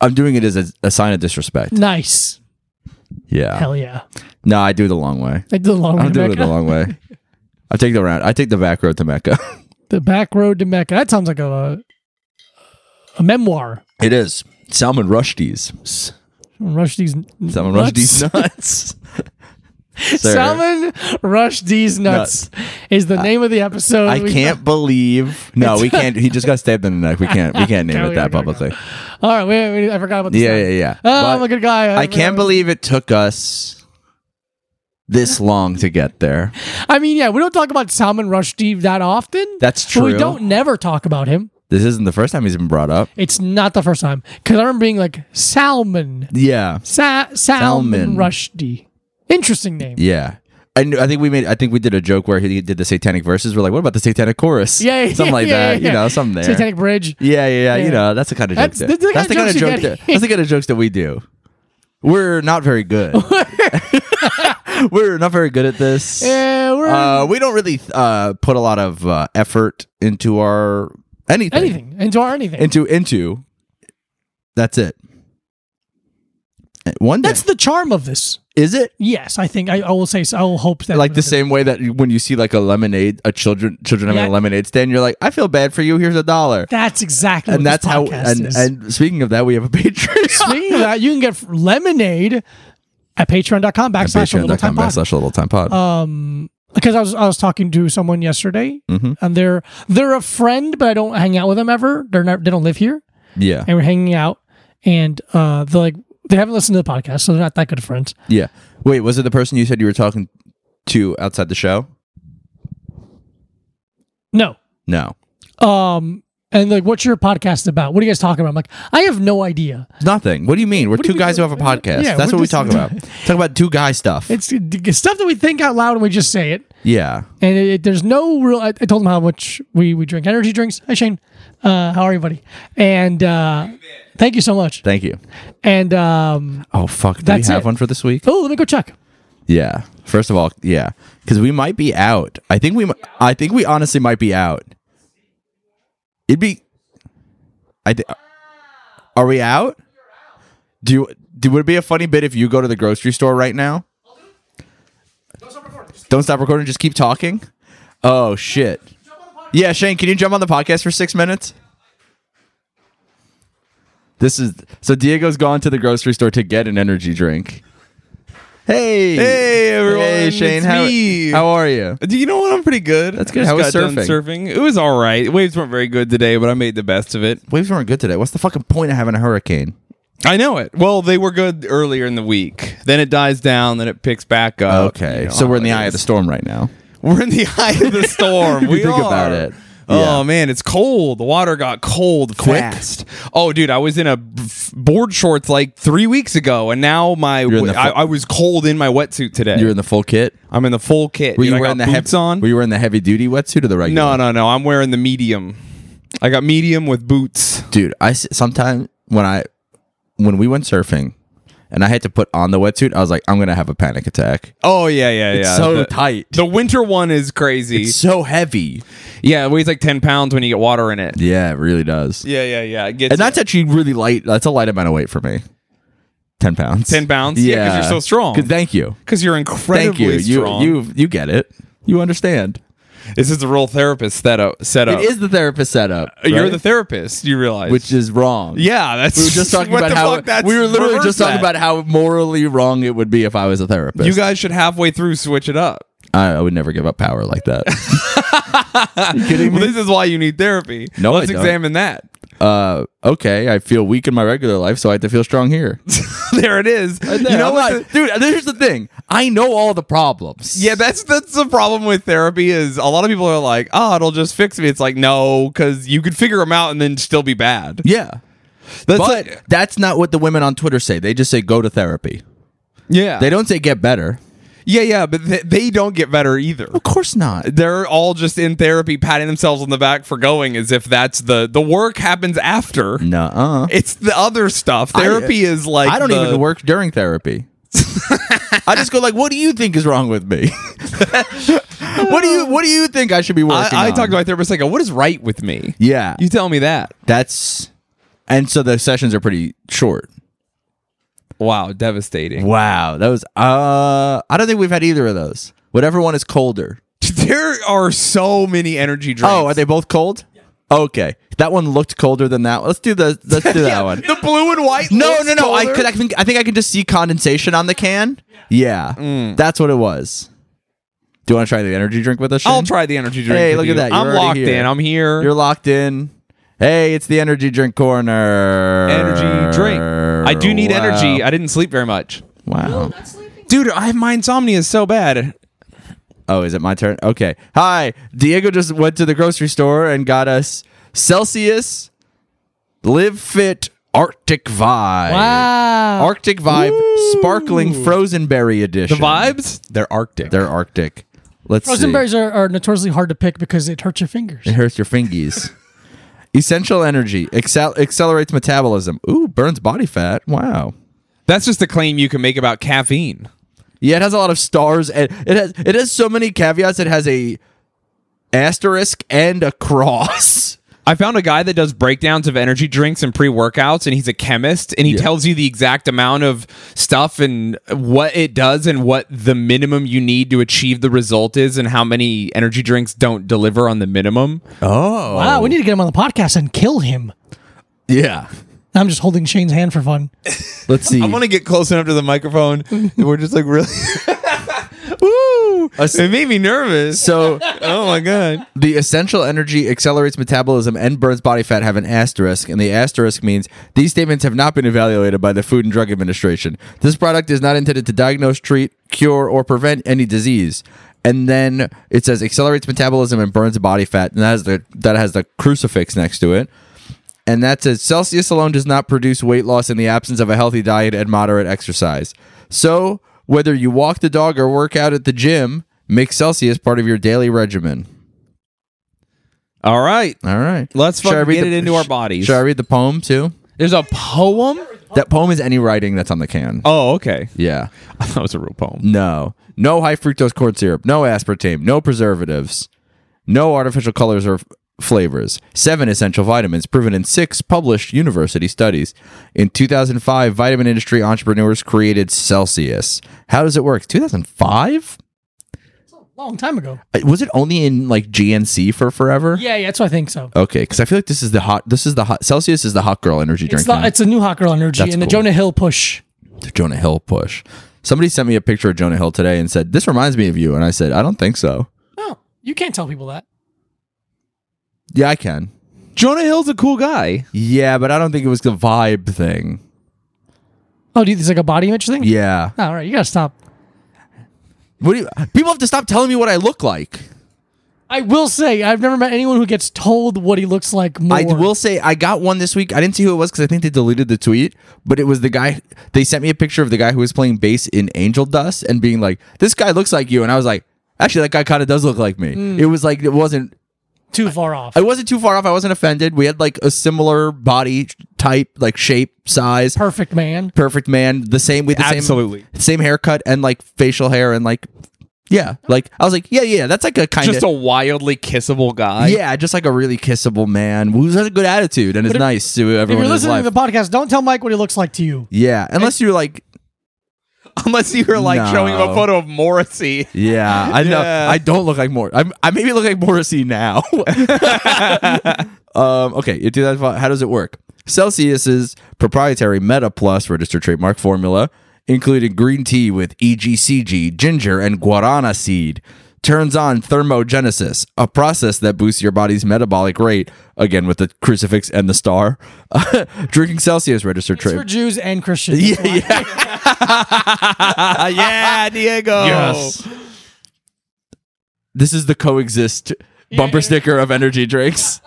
I'm doing it as a, a sign of disrespect.
Nice,
Yeah,
hell yeah!
no, I do the long way.
I did the long way
I'm
to
doing it the
Mecca.
long
[laughs]
way. I take the round. I take the back road to Mecca. [laughs]
The back road to Mecca. That sounds like a a memoir.
It is Salmon Rushdie's.
Rush these
Salmon
nuts.
Rushdie's
[laughs]
nuts. [laughs] Sir,
Salmon Rush These Nuts is the name of the episode.
I
We-
can't believe. No, we can't. He just got stabbed in the neck. We can't. We
[laughs]
can't name
No,
it
we
that
gotta go.
publicly.
All right, wait, wait, I forgot about this.
Yeah,
one.
yeah, yeah.
Oh,
But
I'm a good guy. Uh,
I can't believe it took us this long to get there.
I mean, yeah, we don't talk about Salman Rushdie that often.
That's
But we
true.
don't never talk about him.
This isn't the first time he's been brought up.
It's not the first time because I remember being like Salman,
Yeah,
Sa- Salman
Salman.
Rushdie. Interesting name.
yeah. I, knew, I think we made. I think we did a joke where he did the Satanic verses. We're like, what about the Satanic chorus?
Yeah, yeah,
something like
yeah,
that.
yeah.
You know, something there.
Satanic Bridge.
Yeah, yeah, yeah.
Yeah.
You know, that's the kind of joke.
That's-
That,
that's the
that's the kind of joke.
you
That,
get.
that's the kind of jokes that we do. We're not very
[laughs]
good. [laughs] We're not very good at this.
Yeah, we're
Uh, we don't really uh, put a lot of uh, effort into our anything.
anything into our anything.
Into into. That's it. One day.
That's the charm of this.
is it
Yes, I think I, I will say. So. I will hope that
like the same way that when you see like a lemonade, a children children having
Yeah.
a lemonade stand, you're like, I feel bad for you. Here's a dollar.
That's exactly.
And
what this
that's how.
podcast
And,
is.
and speaking of that, we have a [laughs] Patreon.
[laughs] Speaking of that, you can get lemonade at patreon.com backslash a little time
patreon.com
pod.
backslash little time pod.
Um, because I was I was talking to someone yesterday,
Mm-hmm.
and they're they're a friend, but I don't hang out with them ever. They're not they don't live here,
yeah.
and we're hanging out, and uh, they're like they haven't listened to the podcast, so they're not that good of friends.
Yeah. Wait, was it the person you said you were talking to outside the show?
No,
No.
um, and like, what's your podcast about? What are you guys talking about? I'm like, I have no idea.
Nothing. What do you mean? We're
do
two
we
guys
do-
who have a podcast.
Yeah,
That's
we're
what we
just-
talk about. talk about two guy stuff.
It's stuff that we think out loud and we just say it.
yeah.
And it, it- there's no real. I, I told him how much we, we drink energy drinks. Hi Shane, uh, how are you, buddy? And uh, thank you so much.
Thank you.
And um,
Oh fuck. Do
That's
we have
it.
one for this week?
oh, let me go check.
Yeah. First of all, yeah, because we might be out. I think we. mi- I think we honestly might be out. It'd be. I think. Are we out? Do you? Do, would it be a funny bit if you go to the grocery store right now? Don't stop recording. Just keep talking. Oh shit. Yeah, Shane, can you jump on the podcast for six minutes? This is so Diego's gone to the grocery store to get an energy drink. Hey,
Hey, everyone,
hey Shane,
it's
how,
me.
how are you?
Do you know what? I'm pretty good. That's
good.
I just
How was
got done
surfing?
surfing. It was all right. Waves weren't very good today, but I made the best of it.
Waves weren't good today. What's the fucking point of having a hurricane?
I know it. Well, they were good earlier in the week. Then it dies down. Then it picks back up.
Okay,
You know
so we're in
how
the
it
eye of the
is.
storm right now.
[laughs] We're in the eye of the
[laughs]
storm.
If
we
you think
are.
about it.
Oh
Yeah.
man, it's cold. The water got cold
Quick.
fast. Oh dude, I was in a b- f- board shorts like three weeks ago, and now my
You're in the
I,
fu-
I was cold in my wetsuit today.
You're in the full kit.
I'm in the full kit.
Were
dude.
you
I
wearing the
got boots
heavy
on?
Were you wearing the heavy duty wetsuit or the regular?
no, no, no. I'm wearing the medium. I got medium with boots.
dude. I sometimes when I when we went surfing and I had to put on the wetsuit, I was like, I'm gonna have a panic attack.
Oh yeah, yeah, yeah.
so
[laughs] The-
tight.
The winter one is crazy.
It's so heavy.
yeah, it weighs like ten pounds when you get water in it.
Yeah, it really does.
Yeah, yeah, yeah. It gets
and that's actually really light. That's a light amount of weight for me. Ten pounds.
10 pounds? Yeah, 'cause you're so strong.
'Cause Thank you.
because you're
Thank
incredibly
you.
strong.
You you you get it. You understand.
this is the real therapist setup. Setup.
It is the therapist setup.
Oh. Uh, You're
right?
the therapist. You realize?
which is wrong.
yeah, that's
We were just talking
[laughs] what
about
the
how
fuck, that's
we were literally
reverse
just talking
that.
about how morally wrong it would be if I was a therapist.
You guys should halfway through switch it up.
I, I would never give up power like
[laughs]
that. You kidding
Well,
me?
[laughs] this is why you need therapy.
No, I
let's
don't.
examine that. [laughs]
Uh, okay, I feel weak in my regular life, so I have to feel strong here.
there it is. [laughs] you know
I'm
what?
like, dude? Here's the thing. I know all the problems.
Yeah, that's that's the problem with therapy is a lot of people are like, oh, it'll just fix me. It's like no, because you could figure them out and then still be bad.
yeah. but
That's like,
that's not what the women on Twitter say. They just say go to therapy.
yeah,
They don't say get better.
yeah, yeah, but th- they don't get better either.
Of course not.
They're all just in therapy, patting themselves on the back for going, as if that's the the work happens after.
Nuh-uh.
It's the other stuff. Therapy is like
uh, I don't
the-
even work during therapy. [laughs] I just go like, what do you think is wrong with me? [laughs] what do you What do you think I should be
I,
working?
I
on?
talk to my therapist. I go, "What is right with me?"
Yeah,
You tell me that.
that's and so the sessions are pretty short.
Wow, devastating.
Wow, that was uh, I don't think we've had either of those. Whatever one is colder.
[laughs] There are so many energy drinks.
Oh, are they both cold? Okay, that one looked colder than that. one. Let's do the Let's [laughs] do
Yeah,
that one.
The blue and white.
No,
looks
no, no. I
colder.
could. I think. I think I can just see condensation on the can. Yeah, that's what it was. Do you want to try the energy drink with us?
I'll
Shane?
try the energy drink.
Hey,
with
look at
you.
that. You're
I'm
already
locked
here.
in. I'm here.
You're locked in. Hey, it's the energy drink corner.
energy drink. I do need energy. I didn't sleep very much.
Wow.
Not sleeping?
Dude, I my insomnia is so bad.
Oh, is it my turn? Okay. Hi. Diego just went to the grocery store and got us Celsius Live Fit Arctic Vibe.
Wow.
Arctic Vibe Sparkling Frozen Berry
The
Edition.
vibes? They're arctic.
They're Arctic. Let's
Frozen
see.
berries are, are notoriously hard to pick because it hurts your fingers.
It hurts your fingies. Essential energy Accel- accelerates metabolism. Ooh, burns body fat. Wow.
That's just a claim you can make about caffeine.
Yeah, it has a lot of stars and it has it has so many caveats. It has a asterisk and a cross.
I found a guy that does breakdowns of energy drinks and pre workouts, and he's a chemist, and he tells you the exact amount of stuff and what it does and what the minimum you need to achieve the result is, and how many energy drinks don't deliver on the minimum.
Oh.
Wow, we need to get him on the podcast and kill him.
Yeah.
I'm just holding Shane's hand for fun.
Let's see.
I want to get close enough to the microphone. that We're just like really. Woo!
Us-
[laughs] It made me nervous. [laughs]
so
oh my god!
the essential energy accelerates metabolism and burns body fat have an asterisk, and the asterisk means these statements have not been evaluated by the Food and Drug Administration. This product is not intended to diagnose, treat, cure, or prevent any disease. And then it says accelerates metabolism and burns body fat, and that has the that has the crucifix next to it. And that says Celsius alone does not produce weight loss in the absence of a healthy diet and moderate exercise. So, whether you walk the dog or work out at the gym, make Celsius part of your daily regimen.
All right,
All right.
Let's
Shall I
fucking
read
get it into our
sh-
bodies.
Should I read the poem too?
there's a poem.
That poem is any writing that's on the can.
Oh, okay. [laughs]
Yeah.
I thought it was a real poem.
No. No high fructose corn syrup. No aspartame. No preservatives. No artificial colors or f- flavors. Seven essential vitamins proven in six published university studies. In 2005, vitamin industry entrepreneurs created Celsius. How does it work? 2005?
Long time ago.
Uh, Was it only in like GNC for forever?
Yeah, yeah, that's what I think so.
Okay, because I feel like this is the hot. This is the hot. Celsius is the hot girl energy drink.
It's, the,
now.
it's a new hot girl energy
That's
and the
cool.
Jonah Hill push.
the Jonah Hill push. Somebody sent me a picture of Jonah Hill today and said, This reminds me of you. And I said, I don't think so.
No, Oh, you can't tell people that.
Yeah, I can.
Jonah Hill's a cool guy.
Yeah, but I don't think it was the vibe thing.
Oh, do you think it's like a body image thing?
Yeah.
No, all right, you gotta stop.
What do you, people have to stop telling me what I look like.
I will say I've never met anyone who gets told what he looks like more.
I will say I got one this week. I didn't see who it was because I think they deleted the tweet, but it was the guy. They sent me a picture of the guy who was playing bass in Angel Dust and being like, "This guy looks like you," and I was like, "Actually, that guy kind of does look like me." It was like it wasn't.
too far off.
I wasn't too far off. I wasn't offended. We had like a similar body type, like shape, size,
Perfect man.
perfect man. The same with the same-
Absolutely.
same haircut and like facial hair and like yeah, like I was like yeah, yeah. That's like a kind
Just
of
a wildly kissable guy.
yeah, just like a really kissable man who's has a good attitude and is
if-
nice to
If
everyone
you're
in his
listening
life.
to the podcast, don't tell Mike what he looks like to you.
yeah, unless you're like
[laughs] Unless you were like showing him a
No.
photo of Morrissey.
yeah, I know
Yeah.
I don't look like Mor. I'm, I maybe look like Morrissey now. [laughs] um, okay, you do that. How does it work? Celsius's proprietary Meta Plus registered trademark formula, including green tea with E EGCG, ginger, and guarana seed, turns on thermogenesis, a process that boosts your body's metabolic rate. Again, with the crucifix and the star. [laughs] Drinking Celsius registered
It's for
trade.
Jews and Christians.
[laughs] Yeah, yeah.
[laughs] yeah, [laughs] Diego.
This is the coexist bumper sticker of energy drinks.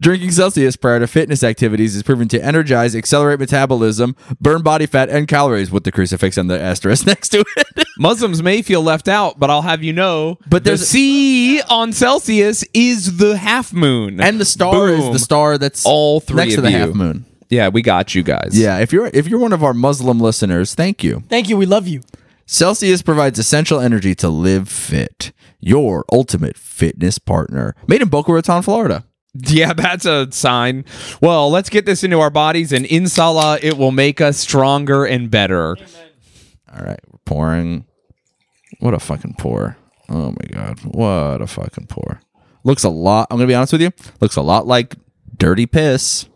Drinking Celsius prior to fitness activities is proven to energize, accelerate metabolism, burn body fat and calories with the crucifix and the asterisk [laughs] next to it.
Muslims may feel left out, but I'll have you know.
But
the
there's a-
C on Celsius is the half moon,
and the star is
Boom.
the star that's
All three
next
of
to the
you.
half moon.
Yeah, we got you guys.
Yeah, if you're if you're one of our Muslim listeners, thank you.
Thank you. We
[laughs]
love you.
Celsius provides essential energy to live fit. Your ultimate fitness partner. Made in Boca Raton, Florida.
[laughs] yeah, that's a sign. Well, let's get this into our bodies, and inshallah, it will make us stronger and better.
All right, we're pouring. What a fucking pour. Oh my god, what a fucking pour. Looks a lot. I'm gonna be honest with you. Looks a lot like dirty piss.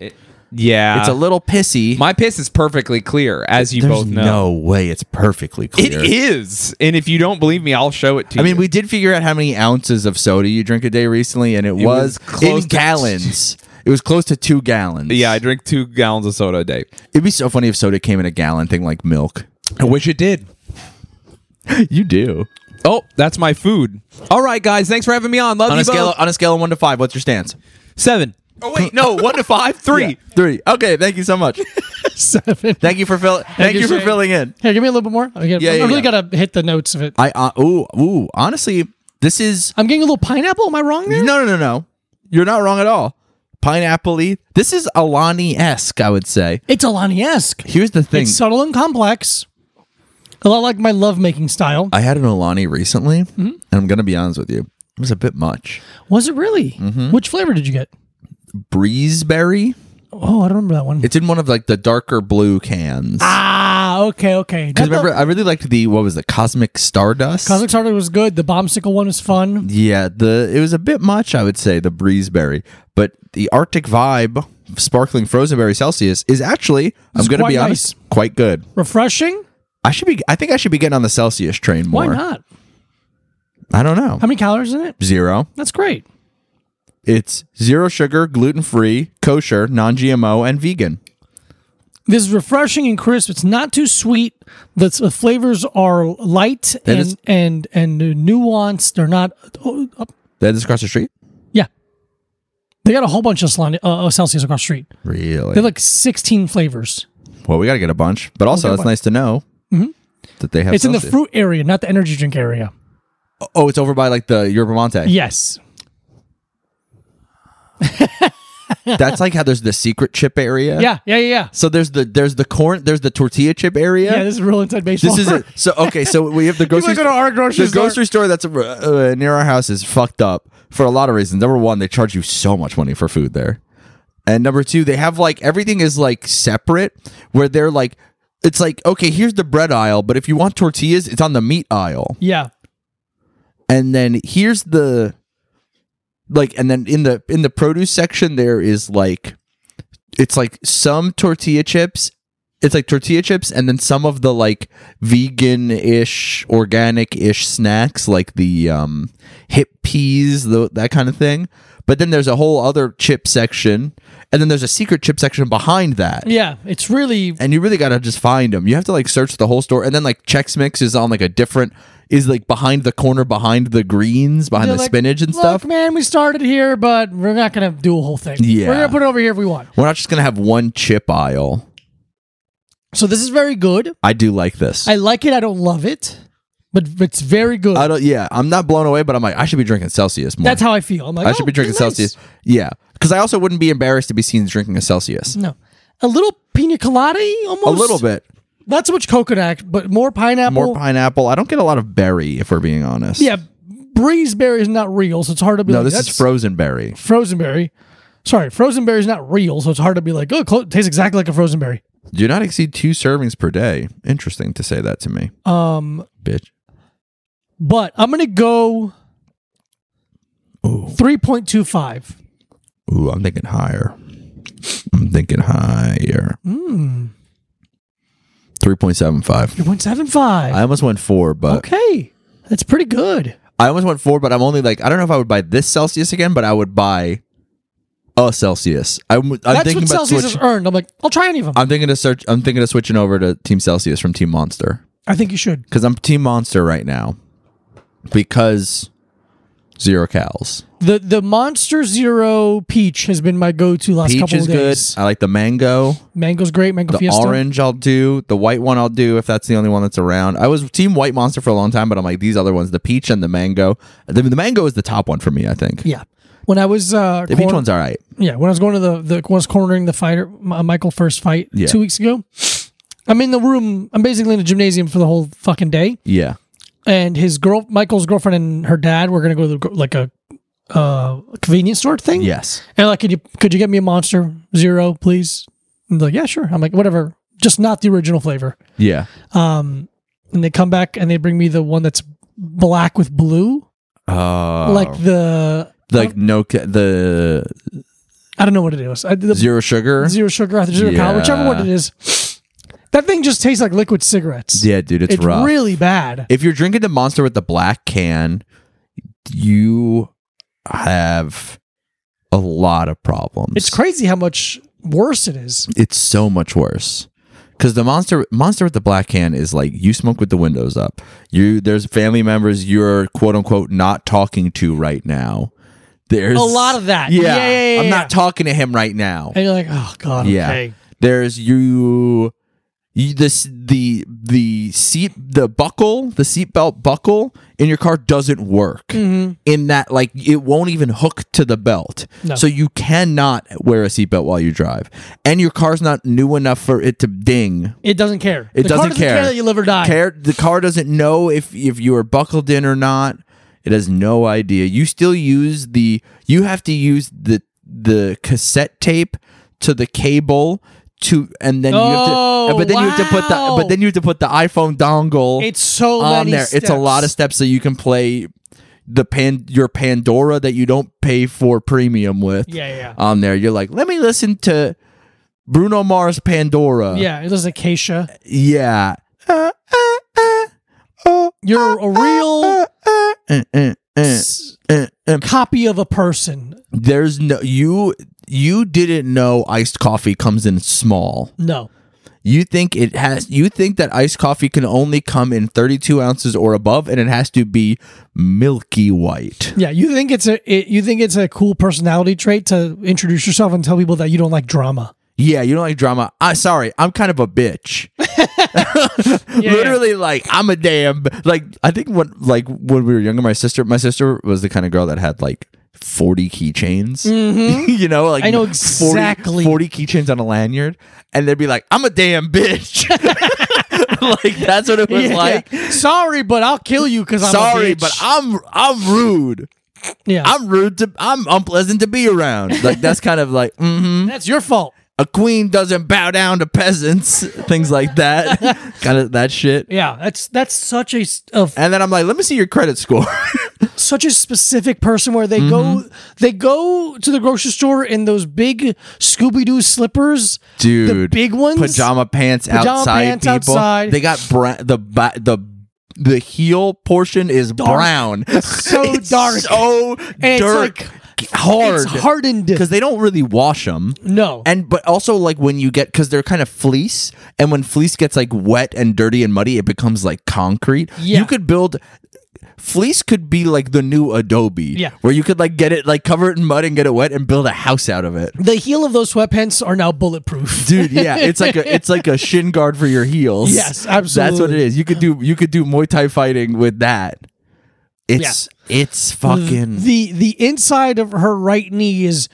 Yeah,
It's a little pissy.
my piss is perfectly clear, as you
There's
both know.
no way it's perfectly
It
clear.
is, and if you don't believe me, I'll show it to
I
you.
mean, we did figure out how many ounces of soda you drink a day recently, and it,
was
was,
close
in
to-
gallons. It was close to two gallons.
yeah, I drink two gallons of soda a day.
it'd be so funny if soda came in a gallon thing like
[laughs]
milk.
I wish it did.
you do.
Oh, that's my food. All right, guys, thanks for having me on. Love
On
you
a scale,
both.
on a scale of one to five, what's your stance?
Seven. Oh wait, no, one to five,
[laughs]
three.
Yeah, three. Okay, thank you so much.
Seven.
Thank you for fill- Thank,
you,
you for
Shane.
filling in.
Here, give me a little bit more. I, get,
Yeah,
I
yeah, yeah.
really gotta hit the notes of it.
I uh, ooh ooh. Honestly, this is
I'm getting a little pineapple. Am I
no
wrong there?
no no no. You're not wrong at all. Pineapple-y. This is Alani esque. I would say.
It's Alani esque.
Here's the thing.
It's subtle and complex. A lot like my lovemaking style.
I had an Alani recently,
Hmm?
and I'm gonna be honest with you. It was a bit much.
Was it really?
Mm-hmm.
Which flavor did you get?
Breezeberry.
Oh, I don't remember that one.
It's in one of like the darker blue cans.
ah, okay, okay.
Because
That-
remember, I really liked the what was the Cosmic Stardust.
Cosmic Starter was good. The bombsicle one was fun.
Yeah, the it was a bit much, I would say, the breezeberry, but the Arctic vibe, sparkling frozenberry Celsius, is actually I'm going to
quite
be honest, quite good.
Refreshing?
I should be, I think I should be getting on the Celsius train more.
Why not?
I don't know.
How many calories in it?
Zero.
That's great.
It's zero sugar, gluten free, kosher, non-GMO, and vegan.
This is refreshing and crisp. It's not too sweet. The s- the flavors are light and,
is-
and and nuanced. They're not. oh, uh,
That is across the street.
yeah, they got a whole bunch of Solani, uh, uh, Celsius across the street.
Really?
They have like sixteen flavors.
well, we got to get a bunch, but also
get a
it's
bunch.
nice to know that they have.
It's in the
Celsius.
fruit area, not the energy drink area.
Oh, it's over by like the Yerba Monte.
Yes.
That's like how there's the secret chip area.
Yeah. Yeah. Yeah. Yeah.
So there's the there's the corn there's the tortilla chip area.
Yeah, this is real inside baseball.
This is it. So okay, so we
[laughs]
have the grocery.
go to our grocery
the
store.
grocery store that's uh, near our house is fucked up for a lot of reasons. Number one, they charge you so much money for food there, and number two, they have like everything is like separate where they're like, it's like okay, here's the bread aisle, but if you want tortillas, it's on the meat aisle,
[laughs] Yeah.
and then here's the like, and then in the in the produce section there is like, it's like some tortilla chips it's like tortilla chips and then some of the like vegan-ish, organic-ish snacks like the um, hip peas, tho- that kind of thing. But then there's a whole other chip section, and then there's a secret chip section behind that.
Yeah, it's really
And you really gotta just find them. You have to like search the whole store, and then like Chex Mix is on like a different is like behind the corner, behind the greens, behind
they're
the
like,
spinach and
"Look,
stuff.
Man, we started here, but we're not gonna do a whole thing.
Yeah.
we're gonna put it over here if we want.
We're not just gonna have one chip aisle.
So this is very good.
I do like this.
I like it. I don't love it, but it's very good.
I don't. Yeah, I'm not blown away, but I'm like, I should be drinking Celsius more.
That's how I feel. I'm like,
I should
"Oh,
be drinking
nice."
Celsius. Yeah, because I also wouldn't be embarrassed to be seen drinking a Celsius.
No, a little pina colada, almost
A little bit
Not so much coconut, but more pineapple.
more pineapple. I don't get a lot of berry, if we're being honest.
yeah, breezeberry is not real, so it's hard to be.
No,
like,
this is
That's
frozen berry.
frozen berry. Sorry, frozen berry is not real, so it's hard to be like, oh, clo- tastes exactly like a frozen berry.
Do not exceed two servings per day. Interesting to say that to me,
Um,
bitch.
but I'm gonna go
Ooh.
three point two five.
Ooh, I'm thinking higher. I'm thinking higher. Three point seven five.
Three point seven five.
I almost went four, but
Okay, that's pretty good.
I almost went four, but I'm only like I don't know if I would buy this Celsius again, but I would buy a Celsius. I'm, I'm
That's
thinking
what
about
Celsius
switch-
has earned. I'm like, I'll try any of them.
I'm thinking of search. I'm thinking of switching over to Team Celsius from Team Monster
I think you should.
because I'm Team Monster right now because zero cals.
the The Monster Zero peach has been my go to last
Peach
couple
is
of
good.
days.
I like the mango.
Mango's great. Mango
The
Fiesta.
orange I'll do. The white one I'll do if that's the only one that's around. I was Team White Monster for a long time, but I'm like these other ones: the peach and the mango. The, the mango is the top one for me. I think
Yeah. When I was uh,
the peach
corner-
one's all right.
yeah, when I was going to the the when I was cornering the fighter M- uh, Michael first fight
Yeah.
two weeks ago, I'm in the room. I'm basically in the gymnasium for the whole fucking day.
Yeah,
And his girl, Michael's girlfriend, and her dad were gonna go to the, gr- like a uh, convenience store thing.
yes.
And like, could you could you get me a Monster Zero, please? And they're like, yeah, sure. I'm like, whatever, just not the original flavor.
Yeah.
Um, and they come back and they bring me the one that's black with blue,
Oh.
like the
like no ca- the
I don't know what it is. I, the
zero sugar.
zero sugar, after zero cow, whichever
Yeah.
one it is. That thing just tastes like liquid cigarettes.
Yeah, dude, it's,
it's
rough.
really bad.
if you're drinking the monster with the black can, you have a lot of problems.
It's crazy how much worse it is.
It's so much worse. Because the monster monster with the black can is like you smoke with the windows up. You there's family members you're quote unquote not talking to right now. There's
A lot of that.
Yeah,
Yeah, yeah, yeah,
I'm
yeah.
not talking to him right now.
And you're like, oh god,
Yeah.
okay.
There's you, you this the the seat the buckle the seatbelt buckle in your car doesn't work in that like it won't even hook to the belt,
No.
so you cannot wear a seatbelt while you drive, and your car's not new enough for it to ding.
It doesn't care.
It
The car
doesn't, care.
that you live or die.
Care- the car doesn't know if if you are buckled in or not. It has no idea. You still use the you have to use the the cassette tape to the cable to and then you have
Oh,
to but then you have to put the
wow.
but then you have to put the iPhone dongle
It's so
on
many
there. It's a lot of steps
steps.
so you can play the pan your Pandora that you don't pay for premium with
Yeah, yeah,
on there. You're like, let me listen to Bruno Mars Pandora.
yeah. yeah. It was acacia.
Yeah. Uh, uh, uh, oh,
You're a real
uh, uh, uh, uh, uh,
s-
uh, uh.
copy of a person.
There's no you. You didn't know iced coffee comes in small.
No.
You think it has. You think that iced coffee can only come in 32 ounces or above, and it has to be milky white.
Yeah, you think it's a it, you think it's a cool personality trait to introduce yourself and tell people that you don't like drama.
Yeah, you don't like drama. I sorry, I'm kind of a
[laughs]
bitch. [laughs] Literally, like I'm a damn like I think when like when we were younger, my sister my sister was the kind of girl that had like 40 keychains. [laughs] you know, like
Mm-hmm. I know
40
exactly.
40, keychains on a lanyard, and they'd be like, "I'm a damn bitch." [laughs] like that's what it was
Yeah,
like.
yeah. sorry, but I'll kill you because I'm
Sorry,
a bitch."
but I'm I'm rude.
yeah,
I'm rude to I'm unpleasant to be around. Like that's kind of like mm-hmm
that's your fault.
a queen doesn't bow down to peasants, [laughs] things like that, [laughs] kind of that shit.
Yeah, that's that's such a s- of
And then I'm like, let me see your credit score. [laughs]
such a specific person where they
Mm-hmm.
go they go to the grocery store in those big Scooby Doo slippers,
dude.
the big ones,
pajama pants
Pajama
outside.
pants
people.
outside.
They got bra- the ba- the the heel portion is [laughs] brown.
so
It's
dark.
so
And it's
dark, hard,
It's hardened.
because they don't really wash them.
No,
And but also like when you get because they're kind of fleece, and when fleece gets like wet and dirty and muddy, it becomes like concrete.
Yeah.
You could build fleece could be like the new Adobe.
Yeah.
Where you could like get it like cover it in mud and get it wet and build a house out of it.
the heel of those sweatpants are now
[laughs]
bulletproof.
Dude, yeah. It's like
[laughs]
a it's like a shin guard for your heels.
Yes,
That's what it
absolutely.
is. You could do you could do Muay Thai fighting with that. It's it's fucking
the the inside of her right knee is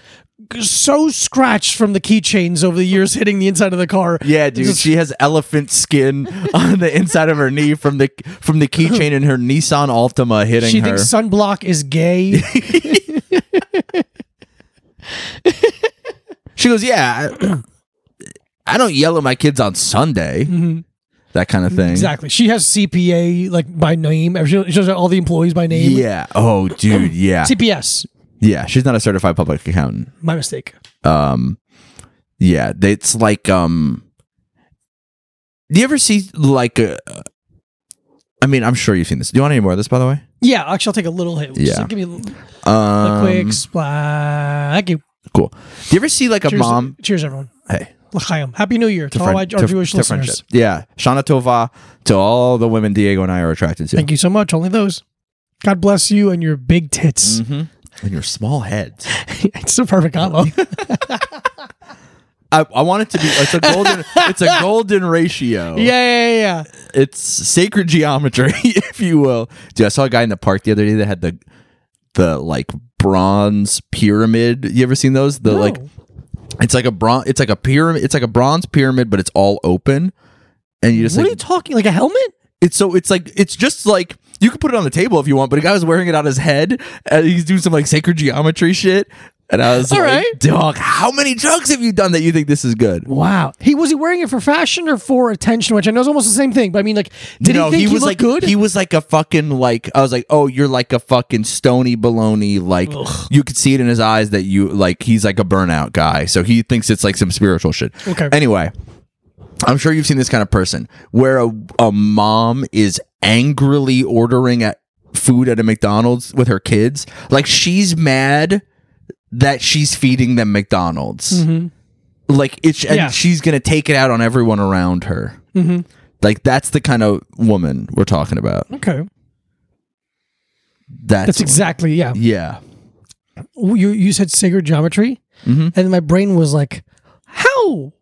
g- so scratched from the keychains over the years hitting the inside of the car.
Yeah, dude,
Just-
she has elephant skin [laughs] on the inside of her knee from the from the keychain in her Nissan Altima hitting
she
her.
thinks sunblock
[laughs]
is gay.
she goes, "Yeah, I, [clears throat] I don't yell at my kids on Sunday."
Mm-hmm.
That kind of thing.
exactly. She has CPA like by name. She she has all the employees by name.
Yeah. Oh, dude. Yeah.
CPS.
yeah. She's not a certified public accountant.
My mistake.
Um. Yeah. they- It's like um. Do you ever see like a? I mean, I'm sure you've seen this. Do you want any more of this, by the way?
Yeah, actually, I'll take a little hit. Just
Yeah.
give me a, little- a
Um,
quick splash. Thank you.
Cool. Do you ever see like a
Cheers,
mom?
Cheers, everyone.
Hey.
L'chaim. Happy New Year to, all
friend-
our, our
to-
Jewish
to
listeners.
friendship. Yeah. Shana Tova to all the women Diego and I are attracted to.
Thank you so much. Only those. God bless you and your big tits.
Mm-hmm. And your small heads.
[laughs] it's the
[laughs]
perfect combo.
I, I want it to be it's a
[laughs]
golden it's a golden ratio.
yeah, yeah, yeah.
It's sacred geometry, [laughs] if you will. Dude, I saw a guy in the park the other day that had the the like bronze pyramid. You ever seen those? The like
No.
it's like a bronze it's like a pyramid it's like a bronze pyramid, but it's all open. And you just
what
like
are you talking? Like a helmet?
it's so it's like it's just like you could put it on the table if you want, but a guy was wearing it on his head and he's doing some like sacred geometry shit. And I was
All
like,
right.
dog, how many drugs have you done that you think this is good?
Wow. He was he wearing it for fashion or for attention? Which I know is almost the same thing. But I mean, like, did
No,
he think he,
was
looked
like
good?
He was like a fucking like I was like, oh, you're like a fucking stony baloney. Like you could see it in his eyes that you like he's like a burnout guy. So he thinks it's like some spiritual shit.
Okay.
Anyway, I'm sure you've seen this kind of person where a, a mom is angrily ordering at food at a McDonald's with her kids. Like she's mad that she's feeding them McDonald's. Like it's and
Mm-hmm. Yeah. Mm-hmm.
she's gonna take it out on everyone around her. Like that's the kind of woman we're talking about.
okay.
That's,
That's exactly yeah.
yeah.
You you said sacred geometry,
Mm-hmm.
and my brain was like, how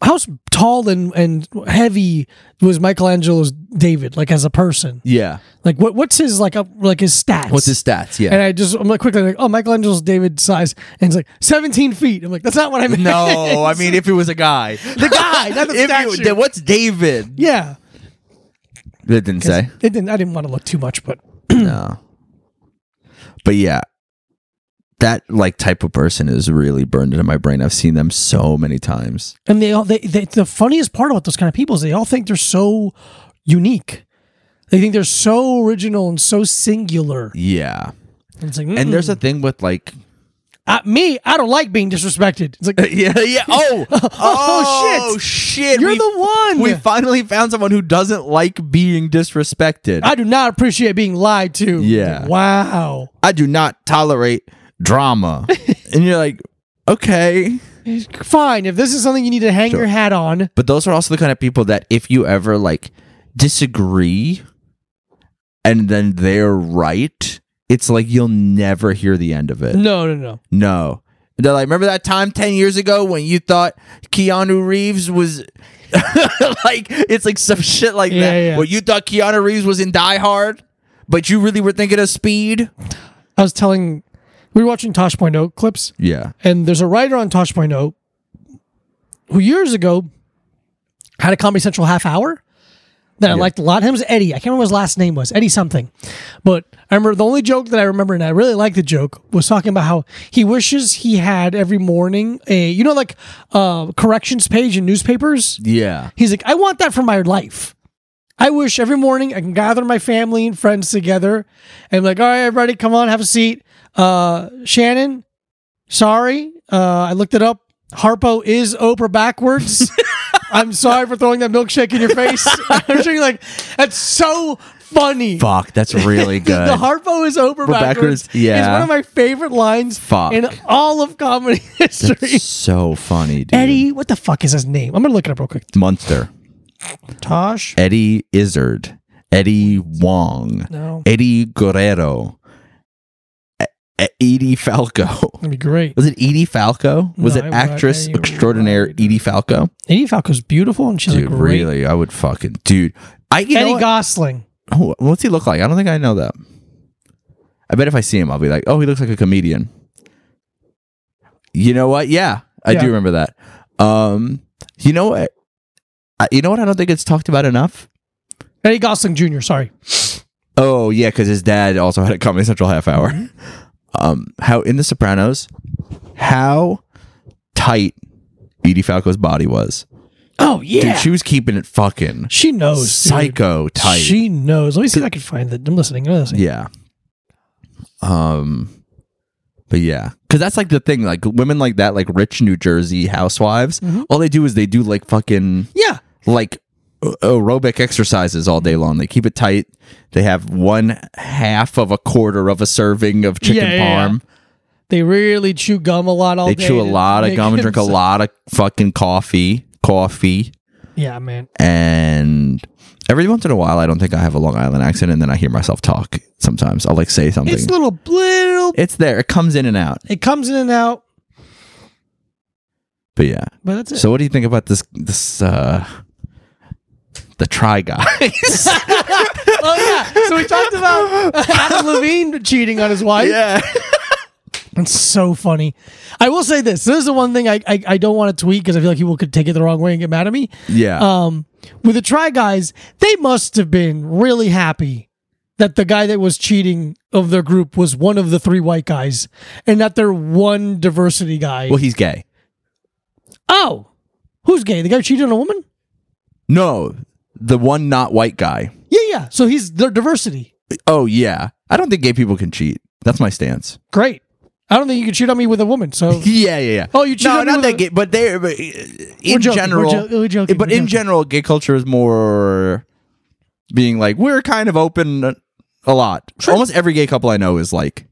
how s- tall and and heavy was Michelangelo's David like as a person?
Yeah.
Like what what's his like up like his stats?
What's his stats? Yeah.
And I just I'm like quickly like oh Michelangelo's David size and it's like 17 feet. I'm like that's not what I
[laughs]
meant.
no,
[laughs]
I mean if it was a guy. The [laughs]
guy, not the statue.
then what's David?
yeah.
That didn't say.
It didn't. I didn't want to look too much, but
No. But yeah. That like type of person is really burned into my brain. I've seen them so many times.
and they all they, they the funniest part about those kind of people is they all think they're so unique. They think they're so original and so singular.
Yeah.
And it's like,
And
there's
there's a thing with like [laughs]
me. I don't like being disrespected. It's like
Yeah, yeah.
[laughs]
Oh, oh,
shit.
shit.
You're
We-
the one.
We finally found someone who doesn't like being disrespected.
I do not appreciate being lied to.
Yeah.
Wow.
I do not tolerate
[laughs]
drama. and you're like, okay.
Fine. If this is something you need to hang your hat on,
But those are also the kind of people that if you ever like disagree and then they're right, it's like you'll never hear the end of it.
no, no, no.
No. They're like, remember that time 10 years ago when you thought Keanu Reeves was [laughs] like, it's like some shit like
Yeah,
that.
yeah.
Well, you thought Keanu Reeves was in Die Hard, but you really were thinking of speed.
I was telling we were watching Tosh.0 clips.
Yeah.
And there's a writer on Tosh.0 who years ago had a Comedy Central half hour that I liked a lot. Him was Eddie. I can't remember what his last name was. Eddie something. But I remember the only joke that I remember, and I really liked the joke, was talking about how he wishes he had every morning a, you know, like uh, corrections page in newspapers.
Yeah.
He's like, I want that for my life. I wish every morning I can gather my family and friends together and be like, all right, everybody, come on, have a seat. Uh, Shannon, sorry. Uh, I looked it up. Harpo is
[laughs]
Oprah backwards. I'm sorry for throwing that milkshake in your face. [laughs] I'm sure you're like, that's so funny.
Fuck,
[laughs]
that's really good.
The Harpo is Oprah
Oprah backwards,
backwards.
yeah.
It's one of my favorite lines
Fuck.
in all of comedy history.
so funny, dude.
Eddie, what the fuck is his name? I'm gonna look it up real quick.
Munster.
Tosh.
Eddie Izzard, Eddie Wong,
No.
Eddie Guerrero, E- E- Edie Falco. [laughs]
That'd be great.
Was it Edie Falco? Was
No,
it
I-
actress
I-
extraordinaire Edie Falco?
Eddie Falco's beautiful and she's
Dude,
a great.
really? I would fucking dude. I you
Eddie
know what?
Gosling.
Oh, what's he look like? I don't think I know that. I bet if I see him, I'll be like, oh, he looks like a comedian. You know what? Yeah, I
Yeah.
do remember that. Um, you know what? I- You know what? I don't think it's talked about enough.
Eddie Gosling Jr. Sorry.
Oh yeah, because his dad also had a Comedy Central half hour.
Mm-hmm.
Um, how in The Sopranos, how tight Edie Falco's body was.
Oh yeah.
Dude, she was keeping it fucking
she knows. dude.
psycho tight.
She knows. Let me see if I can find it. I'm listening. I'm listening.
yeah. Um, but yeah, because that's like the thing. Like women like that, like rich New Jersey housewives,
Mm-hmm.
all they do is they do like fucking
Yeah.
like a- aerobic exercises all day long. They keep it tight. They have one half of a quarter of a serving of chicken
Yeah, yeah, yeah.
parm.
They really chew gum a lot all
They
day.
chew a
to
lot of
make [laughs]
gum and drink a
themselves-
lot of fucking coffee, coffee,
Yeah, man.
and every once in a while, I don't think I have a Long Island accent, and then I hear myself talk. Sometimes I'll like say something.
It's
It's,
little little
there. It comes in and out.
it comes in
[laughs]
and out,
But yeah.
but that's it.
So what do you think about this? This uh, the try [laughs] guys.
oh yeah. So we talked about Adam Levine cheating on his wife.
yeah.
[laughs] It's so funny. I will say this. This is the one thing I I, I don't want to tweet because I feel like people could take it the wrong way and get mad at me.
Yeah.
Um, with the Try Guys, they must have been really happy that the guy that was cheating of their group was one of the three white guys and not their one diversity guy.
well, he's gay.
oh, who's gay? The guy who cheated on a woman?
No, the one not white guy.
Yeah, yeah. So he's their diversity.
Oh yeah. I don't think gay people can cheat. That's my stance.
Great. I don't think you can cheat on me with a woman. So
Yeah, yeah, yeah.
Oh, you cheated
No,
on me
not
with
that
a-
gay, but they but uh, in
joking, we're
general,
jo- we're joking,
but
we're
in
joking.
general, gay culture is more being like we're kind of open a, a lot. Almost every gay couple I know is like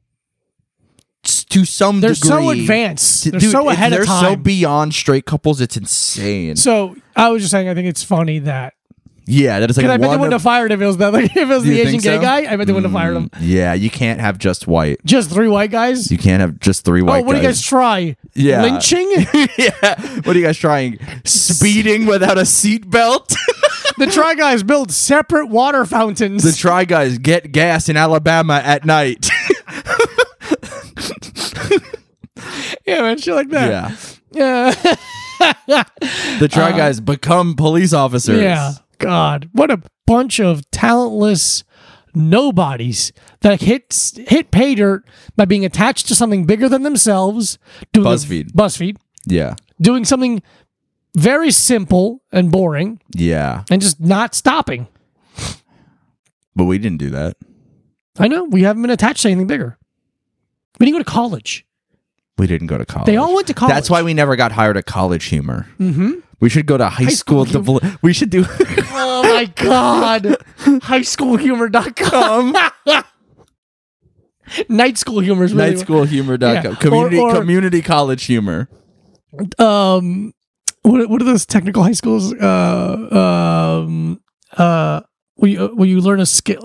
s- to some
they're
degree.
so advanced.
d-
They're
dude,
so
it-
ahead
they're
of time.
so beyond straight couples. It's insane.
So I was just saying, I think it's funny that
yeah, that is like
because I bet they
one
wouldn't
of-
have fired him if it was, [laughs] if it was
Do
the
you
Asian
think
gay
so? Hmm.
guy. I bet they wouldn't have fired him.
yeah, you can't have just white.
Just three white guys.
You can't have just three
oh,
white.
what do you guys try?
Yeah.
lynching. [laughs]
yeah. What are you guys trying? Speeding without a seatbelt.
[laughs]
[laughs]
the try guys build separate water fountains.
the try guys get gas in Alabama at night.
[laughs] yeah, man, shit like that.
yeah.
Yeah, yeah. [laughs]
The try
Uh-huh.
guys become police officers.
God, what a bunch of talentless nobodies that hit hit pay dirt by being attached to something bigger than themselves. Doing the-
BuzzFeed.
Buzzfeed.
Yeah.
Doing something very simple and boring,
Yeah.
and just not stopping.
But we didn't do that.
I know we haven't been attached to anything bigger. We didn't go to college.
We didn't go to college.
They all went to college.
That's why we never got hired at college humor.
Mhm.
We should go to high, school.
school
dipl- we
[laughs]
should do.
Oh my god. Highschoolhumor.com. [laughs] Night school humor is really
Night school humor dot com.
Yeah.
community
Or- or-
community college humor
um what, what are those technical high schools uh um uh will you, will you learn a skill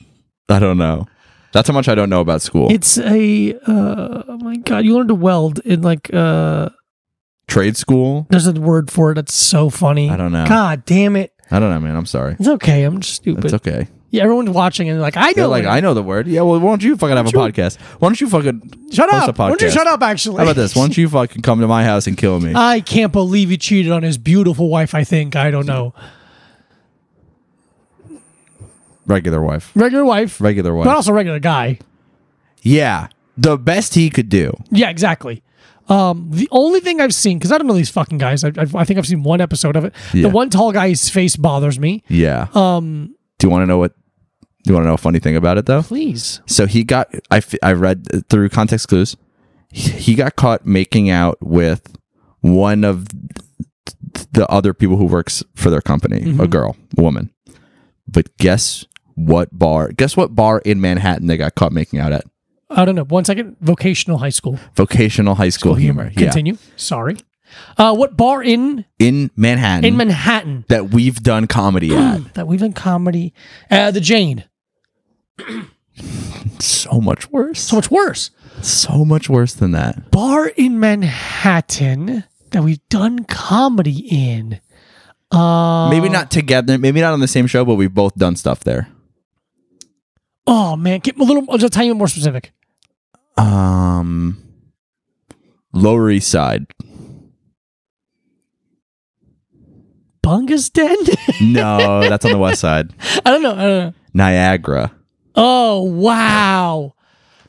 [laughs]
I don't know that's how much I don't know about school
it's a uh oh my god you learn to weld in like uh
trade school
there's a word for it that's so funny
I don't know.
god damn it
I don't know man I'm sorry
it's okay i'm just stupid
it's okay
yeah everyone's watching and like i
they're
know
like
it.
I know the word yeah well why don't you fucking have a
Sure.
podcast why don't you fucking
shut
host
up
a
why don't you
podcast.
shut up Uh, actually
how about
[laughs]
this why don't you fucking come to my house and kill me
I can't believe he cheated on his beautiful wife. I think I don't know
regular wife
regular wife,
regular wife
but also regular guy.
Yeah. The best he could do.
Yeah, exactly. Um, the only thing I've seen, because I don't know these fucking guys, I, I've, I think I've seen one episode of it.
Yeah.
The one tall guy's face bothers me.
Yeah.
Um,
do you want to know what? Do you want to know a funny thing about it though?
please.
So he got. I f- I read through context clues. He he got caught making out with one of th- the other people who works for their company,
Mm-hmm.
a girl, a woman. But guess what bar? Guess what bar in Manhattan they got caught making out at?
I don't know. One second. Vocational high school.
Vocational High School, Humor. Yeah,
Continue. Sorry. Uh, what bar in
in Manhattan.
in Manhattan
that we've done comedy
[clears throat]
at.
that we've done comedy? Uh, the Jane.
so much worse.
So much worse.
so much worse than that.
Bar in Manhattan that we've done comedy in. Uh,
maybe not together. Maybe not on the same show, but we've both done stuff there.
Oh man, get a little, just a tiny bit more specific.
Um, Lower East Side.
Bunga's Den. [laughs]
No, that's on the West Side.
I don't know. I don't know.
Niagara.
Oh wow,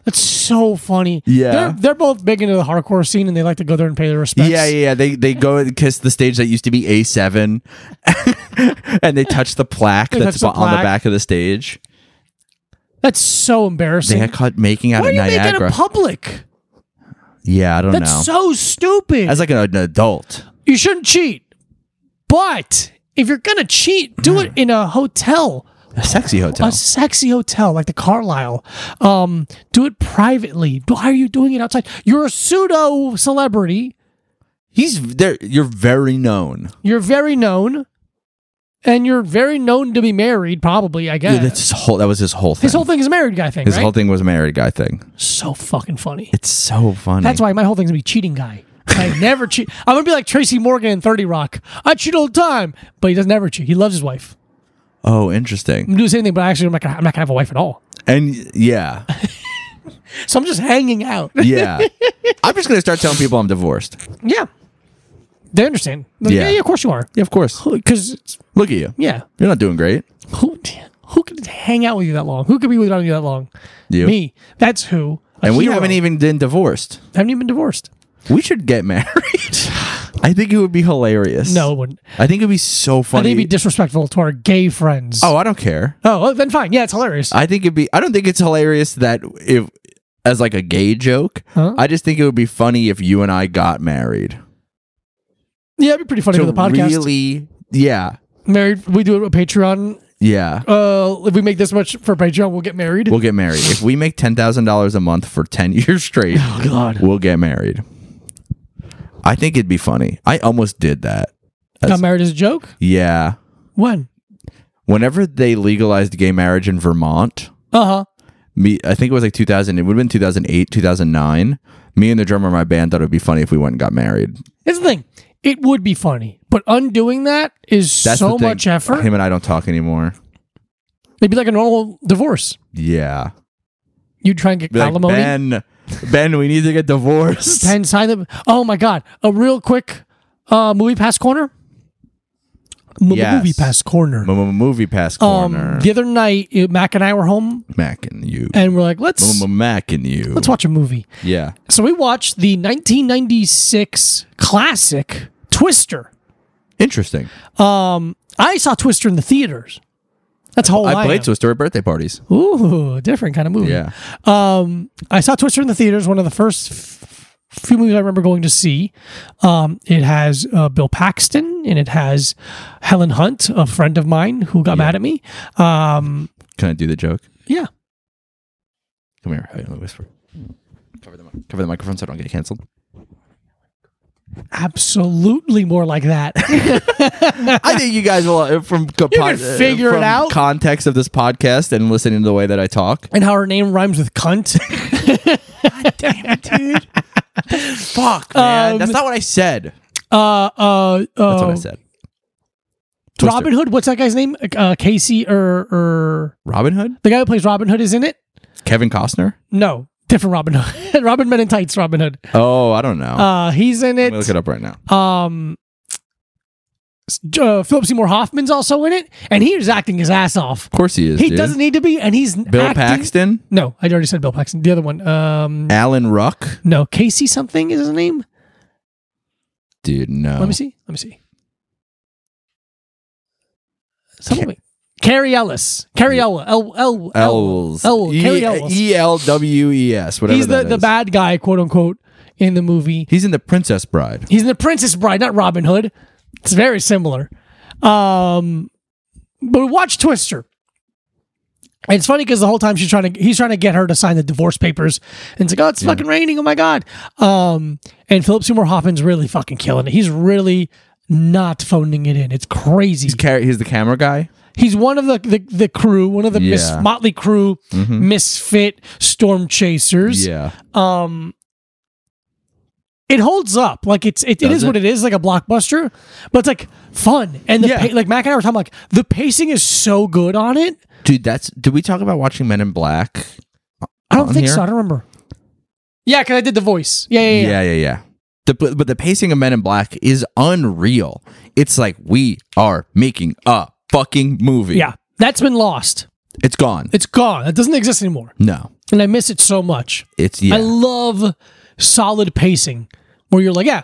that's so funny.
Yeah.
they're, they're both big into the hardcore scene, and they like to go there and pay their respects.
Yeah, yeah, yeah. They they go and kiss the stage that used to be A seven, [laughs] and they touch the plaque
They
that's
touch the
on the
plaque.
back of the stage.
That's so
They
embarrassing.
got caught making out
Why
at
do you make that
Niagara.
in public?
yeah, I don't
That's
know.
so stupid.
As like an, an adult,
you shouldn't cheat, but if you're gonna cheat, do it in a hotel.
a sexy hotel.
a sexy hotel like the Carlisle. Um, do it privately. Why are you doing it outside? You're a pseudo celebrity.
He's there. You're very known.
You're very known, and you're very known to be married. Probably, I guess.
Dude, that's his whole. That was his whole thing.
His whole thing is a married guy thing,
His
right?
whole thing was a married guy thing.
so fucking funny.
It's so funny.
That's why my whole thing's gonna be cheating guy.
[laughs]
I never cheat. I'm gonna be like Tracy Morgan in Thirty Rock. I cheat all the time, but he doesn't ever cheat. He loves his wife.
oh, interesting.
I'm gonna do the same thing, but actually, I'm not gonna, I'm not gonna have a wife at all.
And yeah,
So I'm just
[laughs]
hanging out.
yeah. I'm just gonna start telling people I'm divorced.
yeah, they understand. Like,
Yeah.
yeah, yeah, of course you are.
Yeah, of course.
because
Look at you.
yeah,
You're not doing great.
who who could hang out with you that long? Who could be without you that long?
You.
Me. That's who. A
And we
hero.
haven't e- even been divorced.
haven't even been divorced.
We should get married. [laughs] I think it would be hilarious.
No, it wouldn't.
I think it'd be so
I
funny.
think it'd be disrespectful to our gay friends.
oh, Uh, I don't care.
oh, well, then fine. Yeah, it's hilarious.
I think it'd be. I don't think it's hilarious that if as like a gay joke.
Huh?
I just think it would be funny if you and I got married.
yeah, it'd be pretty funny for the podcast.
really, yeah,
Married, we do it with Patreon.
yeah.
Uh, if we make this much for Patreon, we'll get married.
We'll get married. If we make ten thousand dollars a month for ten [laughs] years straight,
oh God,
we'll get married. I think it'd be funny. I almost did that.
got married as a joke.
Yeah.
When?
Whenever they legalized gay marriage in Vermont,
Uh huh.
me I think it was like two thousand. It would have been two thousand eight, two thousand nine. Me and the drummer of my band thought it would be funny if we went and got married.
Here's the thing. It would be funny, but undoing that is
That's
so
the thing.
much effort.
Him and I don't talk anymore.
It'd be like a normal divorce.
Yeah.
You'd try and get
Be like,
alimony.
ben, Ben, we need to get divorced.
Ten silent. Oh my god! A real quick uh, movie pass corner. M-
Yes.
Movie pass corner.
M- m- movie pass
Um,
corner.
the other night, uh, Mac and I were home,
Mac and you.
and we're like, let's
M- m- Mac and you.
let's watch a movie.
Yeah.
So we watched the 1996 classic Twister.
Interesting.
Um, I saw Twister in the theaters. That's how old Oh, I,
I played
am.
Twister at birthday parties.
Ooh, different kind of movie.
Yeah.
Um, I saw Twister in the theaters. One of the first f- few movies I remember going to see. Um, it has uh, Bill Paxton and it has Helen Hunt, a friend of mine who got mad at me. Um,
Can I do the joke?
yeah,
Come here. Let me whisper. Cover the, mic- cover the microphone so I don't get canceled.
[laughs] absolutely more like that. [laughs]
I think you guys will, from, co- pod- uh,
figure it
from
out.
context of this podcast and listening to the way that I talk.
and how her name rhymes with cunt. [laughs]
Fuck,
man.
That's not what I said.
Uh, uh,
That's what I
uh,
said. Twister.
Robin Hood. What's that guy's name? Uh, Casey or or
Robin Hood?
the guy who plays Robin Hood is in it.
Kevin Costner?
No, different Robin Hood. [laughs] Robin Men in Tights. Robin Hood.
Oh, I don't know.
Uh, he's in
Let me
it.
look it up right now.
um s- uh, Philip Seymour Hoffman's also in it, and he is acting his ass off.
Of course he is.
He
dude.
doesn't need to be, and he's
Bill
acting-
Paxton,
No, I already said Bill Paxton. The other one, um,
Alan Ruck,
no, Casey something is his name.
Dude, no.
Let me see. Let me see. Some of it. Carrie Ellis. Carrie Ellis. El, El,
Elwes.
El-
E-
Carrie Elwes.
E-L-W-E-S, whatever
He's the,
that
the
is.
bad guy, quote unquote, in the movie.
He's in The Princess Bride.
He's in the Princess Bride, not Robin Hood. It's very similar. Um, but we watch Twister. And it's funny because the whole time she's trying to, he's trying to get her to sign the divorce papers, and it's like, oh, it's fucking raining, oh my god. Um, and Philip Seymour Hoffman's really fucking killing it. He's really not phoning it in. It's crazy.
He's, car- he's the camera guy.
He's one of the the, the crew, one of the mis-
Yeah. Mm-hmm.
motley crew, misfit storm chasers.
Yeah.
It holds up, like it's it, it
Does
is
it?
what it is, like a blockbuster, but it's like fun and the
Yeah.
pa- like Mac and I were talking like the pacing is so good on it.
Dude, that's. Did we talk about watching Men in Black?
I don't
On
think
here?
so. I don't remember. Yeah, because I did the voice. Yeah, yeah, yeah.
yeah, yeah. yeah. The, but, but the pacing of Men in Black is unreal. It's like we are making a fucking movie.
Yeah. that's been lost.
It's gone.
It's gone. It doesn't exist anymore,
no.
and I miss it so much.
It's yeah.
I love solid pacing where you're like, yeah,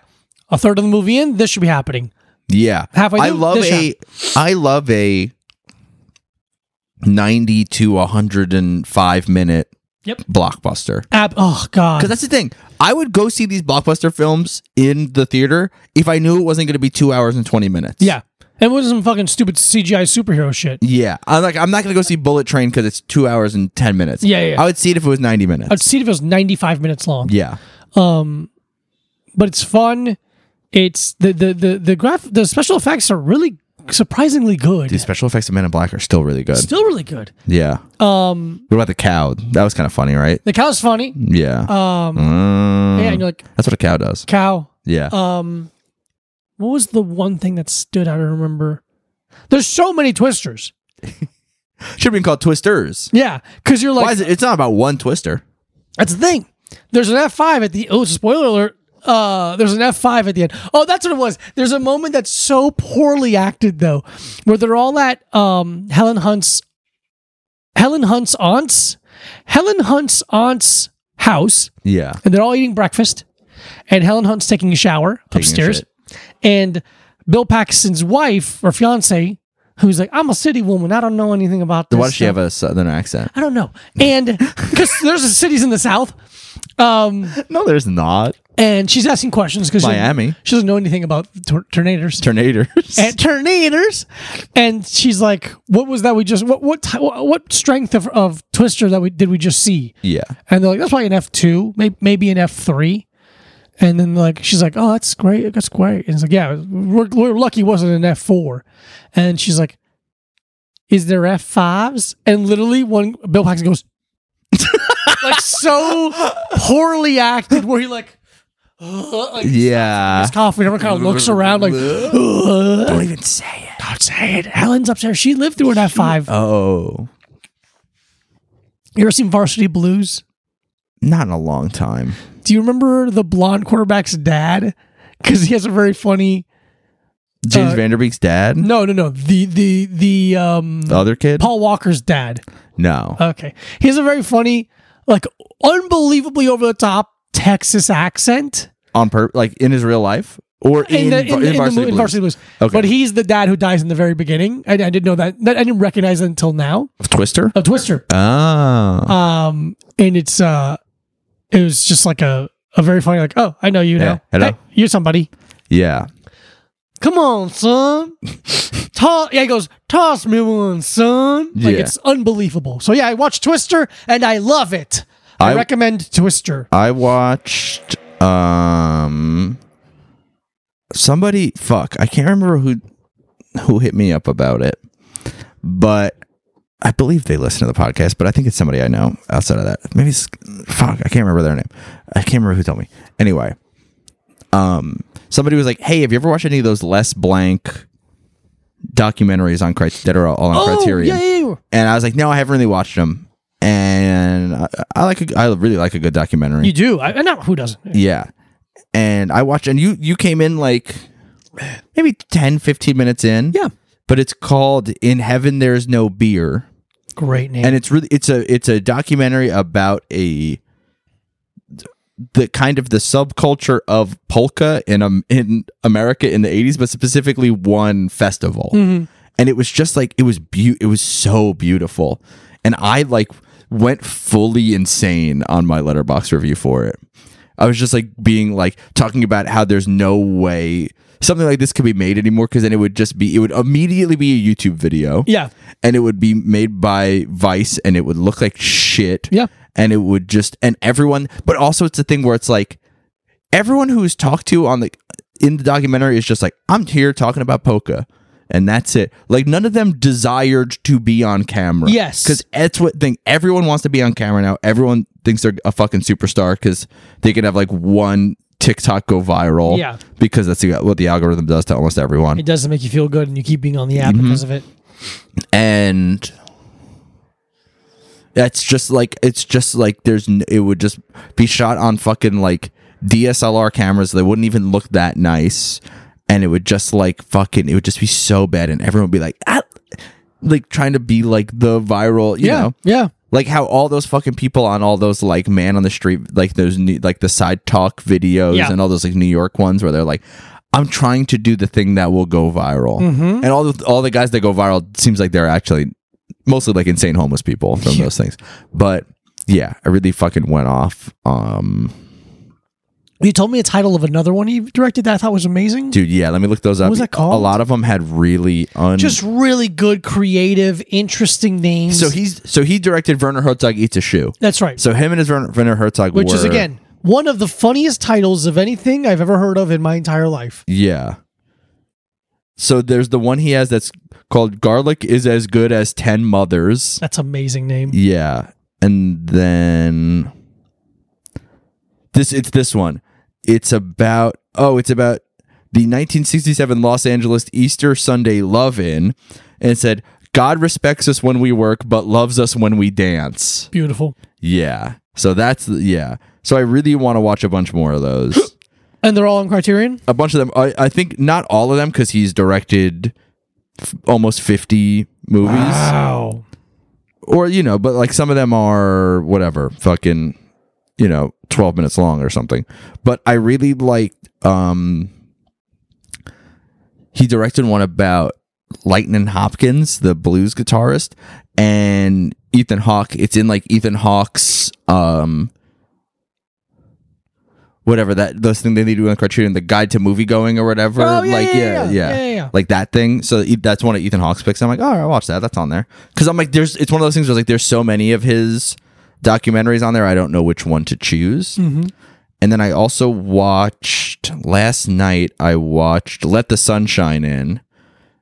a third of the movie in, this should be happening.
yeah.
Halfway
I
through,
love
this
a I love a 90 to 105 minute
Yep.
blockbuster.
Ab- oh god,
Cuz that's the thing. I would go see these blockbuster films in the theater if I knew it wasn't going to be 2 hours and 20 minutes.
Yeah. It was some fucking stupid CGI superhero shit.
Yeah. I'm like I'm not going to go see Bullet Train cuz it's 2 hours and 10 minutes.
Yeah, yeah, yeah.
I would see it if it was 90 minutes.
I'd see it if it was 95 minutes long.
yeah.
But it's fun. It's the the the the graph the special effects are really surprisingly good.
The special effects of Men in Black are still really good.
Still really good.
yeah.
Um
What about the cow? That was kind of funny, right?
the cow's funny.
Yeah.
Um
Mm.
yeah, and you're like
That's what a cow does.
cow.
Yeah.
Um what was the one thing that stood out I remember? There's so many twisters.
Should have been called Twisters.
Yeah, cuz you're like
Why is it? It's not about one Twister.
That's the thing. There's an F5 at the oh spoiler alert. Uh, there's an F5 at the end. Oh, that's what it was. There's a moment that's so poorly acted though, where they're all at um Helen Hunt's Helen Hunt's aunt's Helen Hunt's aunt's house,
Yeah.
and they're all eating breakfast, and Helen Hunt's taking a shower
a
upstairs,
shit.
and Bill Paxton's wife or fiance, who's like, I'm a city woman. I don't know anything about this.
Why does she
stuff."
have a southern
[laughs]
accent?
I don't know. And [laughs] because there's a cities in the South. Um,
No, there's not.
and she's asking questions because
Miami.
She, doesn't know anything about tor- tornadoes.
Tornadoes.
and tornadoes, and she's like, "What was that we just? What what ti- what what strength of, of Twister that we did we just see?"
[laughs] yeah.
And they're like, "That's probably an F two, maybe maybe an F three. And then like she's like, "Oh, that's great, that's great." And it's like, "Yeah, we're, we're lucky it wasn't an F four. And she's like, "Is there F fives? And literally, one Bill Paxton goes, [laughs] like so poorly acted, where he like, like
Yeah.
his coffee. Everyone kind of looks around like, "Ugh."
even say it.
don't say it. Helen's upstairs. She lived through an F5.
Oh,
You ever seen Varsity Blues?
not in a long time.
Do you remember the blonde quarterback's dad? Because he has a very funny.
James
Uh,
Vanderbeek's dad.
No, no, no. The the the um
The other kid.
Paul uh, Walker's dad.
no.
Okay, he has a very funny, like unbelievably over the top Texas accent
On purpose, like in his real life or in
in, the, in,
in,
the, in,
varsity,
the, in
Blues?
Varsity Blues.
Okay.
But he's the dad who dies in the very beginning. I, I didn't know that. that. I didn't recognize it until now.
Twister.
Of Twister.
Oh.
um and it's uh it was just like a a very funny like oh i know you now
hello.
Hey, you're somebody
yeah.
come on son toss yeah he goes toss me one son like
Yeah.
it's unbelievable so yeah i watched twister and i love it i,
I-
recommend twister
I watched um somebody fuck, I can't remember who who hit me up about it. But I believe they listen to the podcast, but I think it's somebody I know outside of that. Maybe it's fuck, I can't remember their name. I can't remember who told me. Anyway, um somebody was like, "Hey, have you ever watched any of those Les Blank documentaries on Crit- that are all on
oh
Criterion?"
yeah, yeah, yeah.
And I was like, "No, I haven't really watched them." And I, I like a, I really like a good documentary.
you do i I know who doesn't
Yeah. And I watched and you you came in like maybe 10 15 minutes in.
Yeah.
But it's called In Heaven There's No Beer
great name
and it's really it's a it's a documentary about a the kind of the subculture of polka in um, in America in the 80s but specifically one festival. And it was just like it was beau- it was so beautiful. And I like went fully insane on my letterbox review for it. I was just like being like talking about how there's no way something like this could be made anymore because then it would just be it would immediately be a YouTube video
Yeah.
and it would be made by Vice and it would look like shit.
Yeah.
And it would just and everyone but also it's a thing where it's like everyone who's talked to on the in the documentary is just like, I'm here talking about polka. And that's it. Like none of them desired to be on camera.
Yes.
Because that's what thing everyone wants to be on camera now. Everyone thinks they're a fucking superstar because they can have like one TikTok go viral.
Yeah.
Because that's the- what the algorithm does to almost everyone.
It doesn't make you feel good, and you keep being on the app
Mm-hmm.
because of it.
and that's just like it's just like there's n- it would just be shot on fucking like DSLR cameras that wouldn't even look that nice and it would just like fucking it would just be so bad and everyone would be like ah, like trying to be like the viral you
yeah.
know
Yeah.
like how all those fucking people on all those like man on the street like those new, like the side talk videos
Yeah.
and all those like New York ones where they're like I'm trying to do the thing that will go viral
Mm-hmm.
and all the all the guys that go viral seems like they're actually mostly like insane homeless people
[laughs]
from those things but yeah I really fucking went off um
You told me a title of another one he directed that I thought was amazing.
dude yeah let me look those up
was that
a
called?
lot of them had really un
Just really good, creative, interesting names.
so he's so he directed Werner Herzog eats a shoe
that's right.
so him and his Werner, Werner Herzog
Which is
were-
again one of the funniest titles of anything I've ever heard of in my entire life.
Yeah. So there's the one he has that's called Garlic is as good as 10 mothers.
That's amazing name.
Yeah. And then this it's this one. It's about oh, it's about the 1967 Los Angeles Easter Sunday love-in and it said God respects us when we work but loves us when we dance.
Beautiful.
Yeah. So that's yeah. So I really want to watch a bunch more of those. [gasps]
And they're all on Criterion.
a bunch of them. I, I think not all of them because he's directed f- almost 50 movies
Wow.
or, you know, but like some of them are whatever, fucking, you know, 12 minutes long or something. But I really liked, um, he directed one about Lightning Hopkins, the blues guitarist, and Ethan Hawke. It's in like Ethan Hawke's, um, whatever that those thing that they do on Criterion, the Guide to Movie Going or whatever.
Oh, yeah,
like
yeah, yeah,
yeah,
yeah, yeah.
like that thing. So E- that's one of Ethan Hawke's picks. I'm like, all right, I'll watch that. That's on there because I'm like, there's it's one of those things where like there's so many of his documentaries on there. I don't know which one to choose. And then I also watched last night. I watched Let the Sunshine In,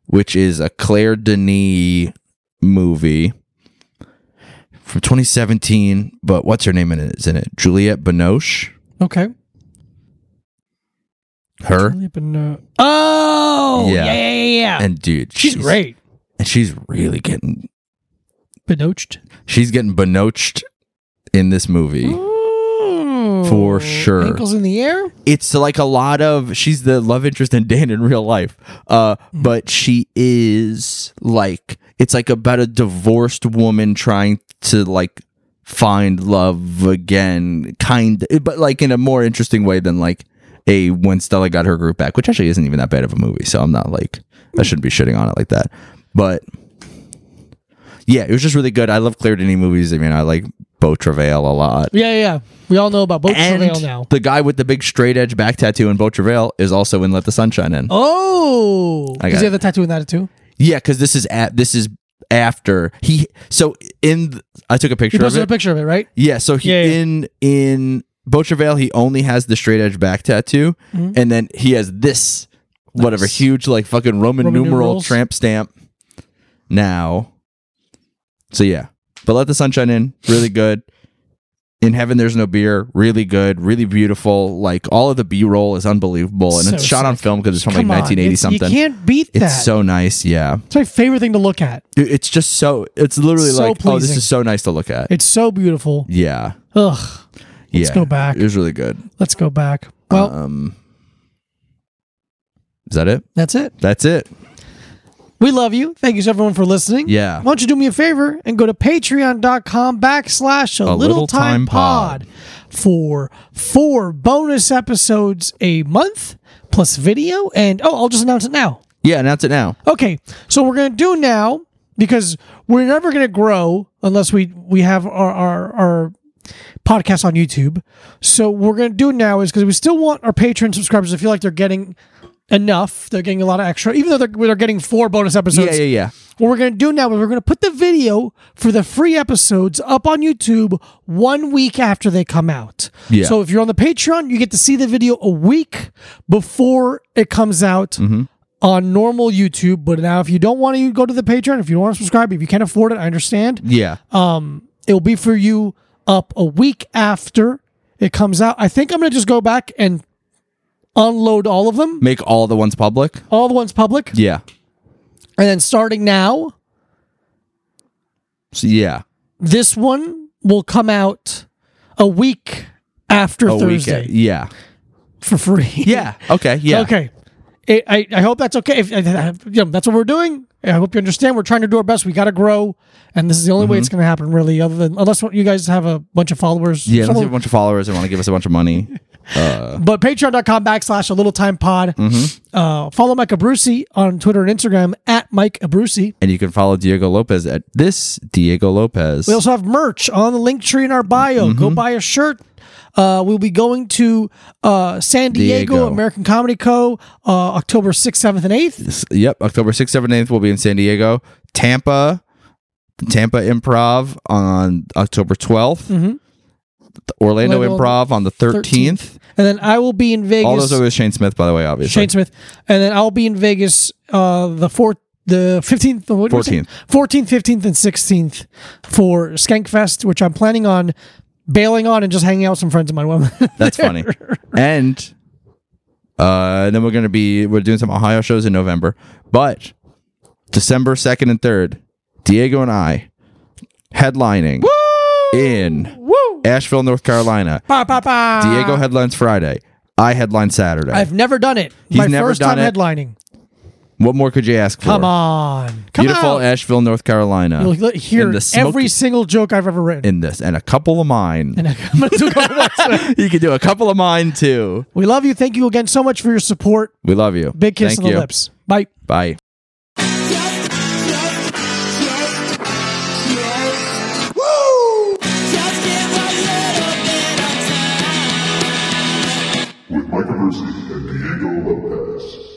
which is a Claire Denis movie from 2017. But what's her name in it? Is in it Juliette Binoche?
Okay.
Her
uh, Oh,
Yeah.
yeah, yeah, yeah. yeah.
and dude,
she's, great.
And she's really getting
Benoched.
she's getting Binoched in this movie. For sure.
Ankles in the air.
it's like a lot of she's the love interest in Dan in real life. Uh but she is like it's like about a divorced woman trying to like find love again kind but like in a more interesting way than like a when Stella got her group back, which actually isn't even that bad of a movie, so I'm not like I shouldn't be shitting on it like that. But yeah, it was just really good. I love Claire Denis movies. I mean, I like Beau Travail a lot
Yeah, yeah, yeah. We all know about boat travail now.
the guy with the big straight edge back tattoo in Beau Travail is also in Let the Sunshine In.
Oh,
I got
does he
it.
have the tattoo in that too?
Yeah, because this is at this is after he. So in th- I took a
You
picture of
posted a
it.
picture of it, right?
yeah, so he
Yeah, yeah.
in in Beau Travail he only has the straight edge back tattoo, and then he has this whatever
Mm-hmm. Nice.
huge like fucking Roman,
Roman
numeral
numerals.
tramp stamp. Now, so yeah, but Let the Sunshine In really good. In heaven, there's no beer. Really good, really beautiful. Like all of the B roll is unbelievable, and
So
it's shot on
sick.
film because it's from
Come
like
on,
1980
it's-
something.
You can't beat that.
It's so nice, yeah.
it's my favorite thing to look at.
Dude, It's just so. It's literally
So
like, oh, this
pleasing.
is so nice to look at.
It's so beautiful.
yeah,
Ugh.
yeah.
Let's go back.
It was really good.
Let's go back. Well,
Um, is that it?
that's it.
That's it.
We love you. Thank you, everyone, for listening.
Yeah.
Why don't you do me a favor and go to patreon.com backslash
A
a, little,
Little
time,
Time Pod.
pod for four bonus episodes a month plus video. And oh, I'll just announce it now.
Yeah, announce it now.
Okay, so we're gonna do now because we're never gonna grow unless we we have our our, our podcast on YouTube. So what we're gonna do now is because we still want our Patreon subscribers to feel like they're getting enough, they're getting a lot of extra, even though they're they're getting four bonus episodes.
Yeah, yeah, yeah.
What we're going to do now is we're going to put the video for the free episodes up on YouTube one week after they come out.
Yeah.
So if you're on the Patreon, you get to see the video a week before it comes out
Mm-hmm.
on normal YouTube. But now, if you don't want to go to the Patreon, if you don't want to subscribe, if you can't afford it, I understand.
Yeah.
It'll be for you up a week after it comes out. I think I'm going to just go back and unload all of them,
Make all the ones public.
all the ones public.
Yeah.
And then starting now,
So, yeah.
this one will come out a week after
A
Thursday
weekend. Yeah.
for free.
[laughs] Yeah. Okay. Yeah.
Okay. I I, I hope that's okay. If, if- you know, that's what we're doing. I hope you understand. We're trying to do our best. We got to grow, and this is the only way it's
Mm-hmm.
going to happen, really. Other than unless you guys have a bunch of followers.
Yeah. Let's
Someone-
have a bunch of followers and want to give us a bunch of
[laughs]
money.
but patreon.com backslash a little time pod.
Mm-hmm.
Uh, follow Mike Abruzzi on Twitter and Instagram at Mike Abruzzi.
And you can follow Diego Lopez at this Diego Lopez.
We also have merch on the link tree in our bio. Go
Mm-hmm.
buy a shirt. Uh, we'll be going to uh, San Diego,
Diego.
American Comedy Co. Uh, October 6th, 7th, and 8th.
Yep, October 6th, 7th, 8th will be in San Diego. Tampa, Tampa Improv on October 12th. The Orlando,
Mm-hmm. Orlando
Improv on the 13th.
And then I will be in Vegas.
All those are with Shane Smith, by the way, obviously.
Shane Smith. And then I'll be in Vegas uh, the 4th. The 15th, what did we say?
14th.
14th, 15th, and 16th for Skankfest, which I'm planning on bailing on and just hanging out with some friends of mine. [laughs] while I'm
That's funny. And uh, then we're going to be, we're doing some Ohio shows in November. But December 2nd and 3rd, Diego and I headlining in Asheville, North Carolina.
Bah, bah, bah.
Diego headlines Friday. I headline Saturday.
Uh, I've never done it. My
never
first
done
time
it.
headlining.
what more could you ask for?
Come on. Come
Beautiful
out.
Asheville, North Carolina.
You'll li- hear
in the smoky-
every single joke I've ever written.
in this and a couple of mine.
[laughs] And [laughs] I'm gonna do that.
[laughs] you can do a couple of mine too.
we love you. Thank you again so much for your support.
We love you.
Big kiss
Thank
on the
you.
lips. Bye.
Bye.
Yes, yes, yes, yes. Woo! Just give a little bit of time.
with Micah Mercy and Diego Lopez.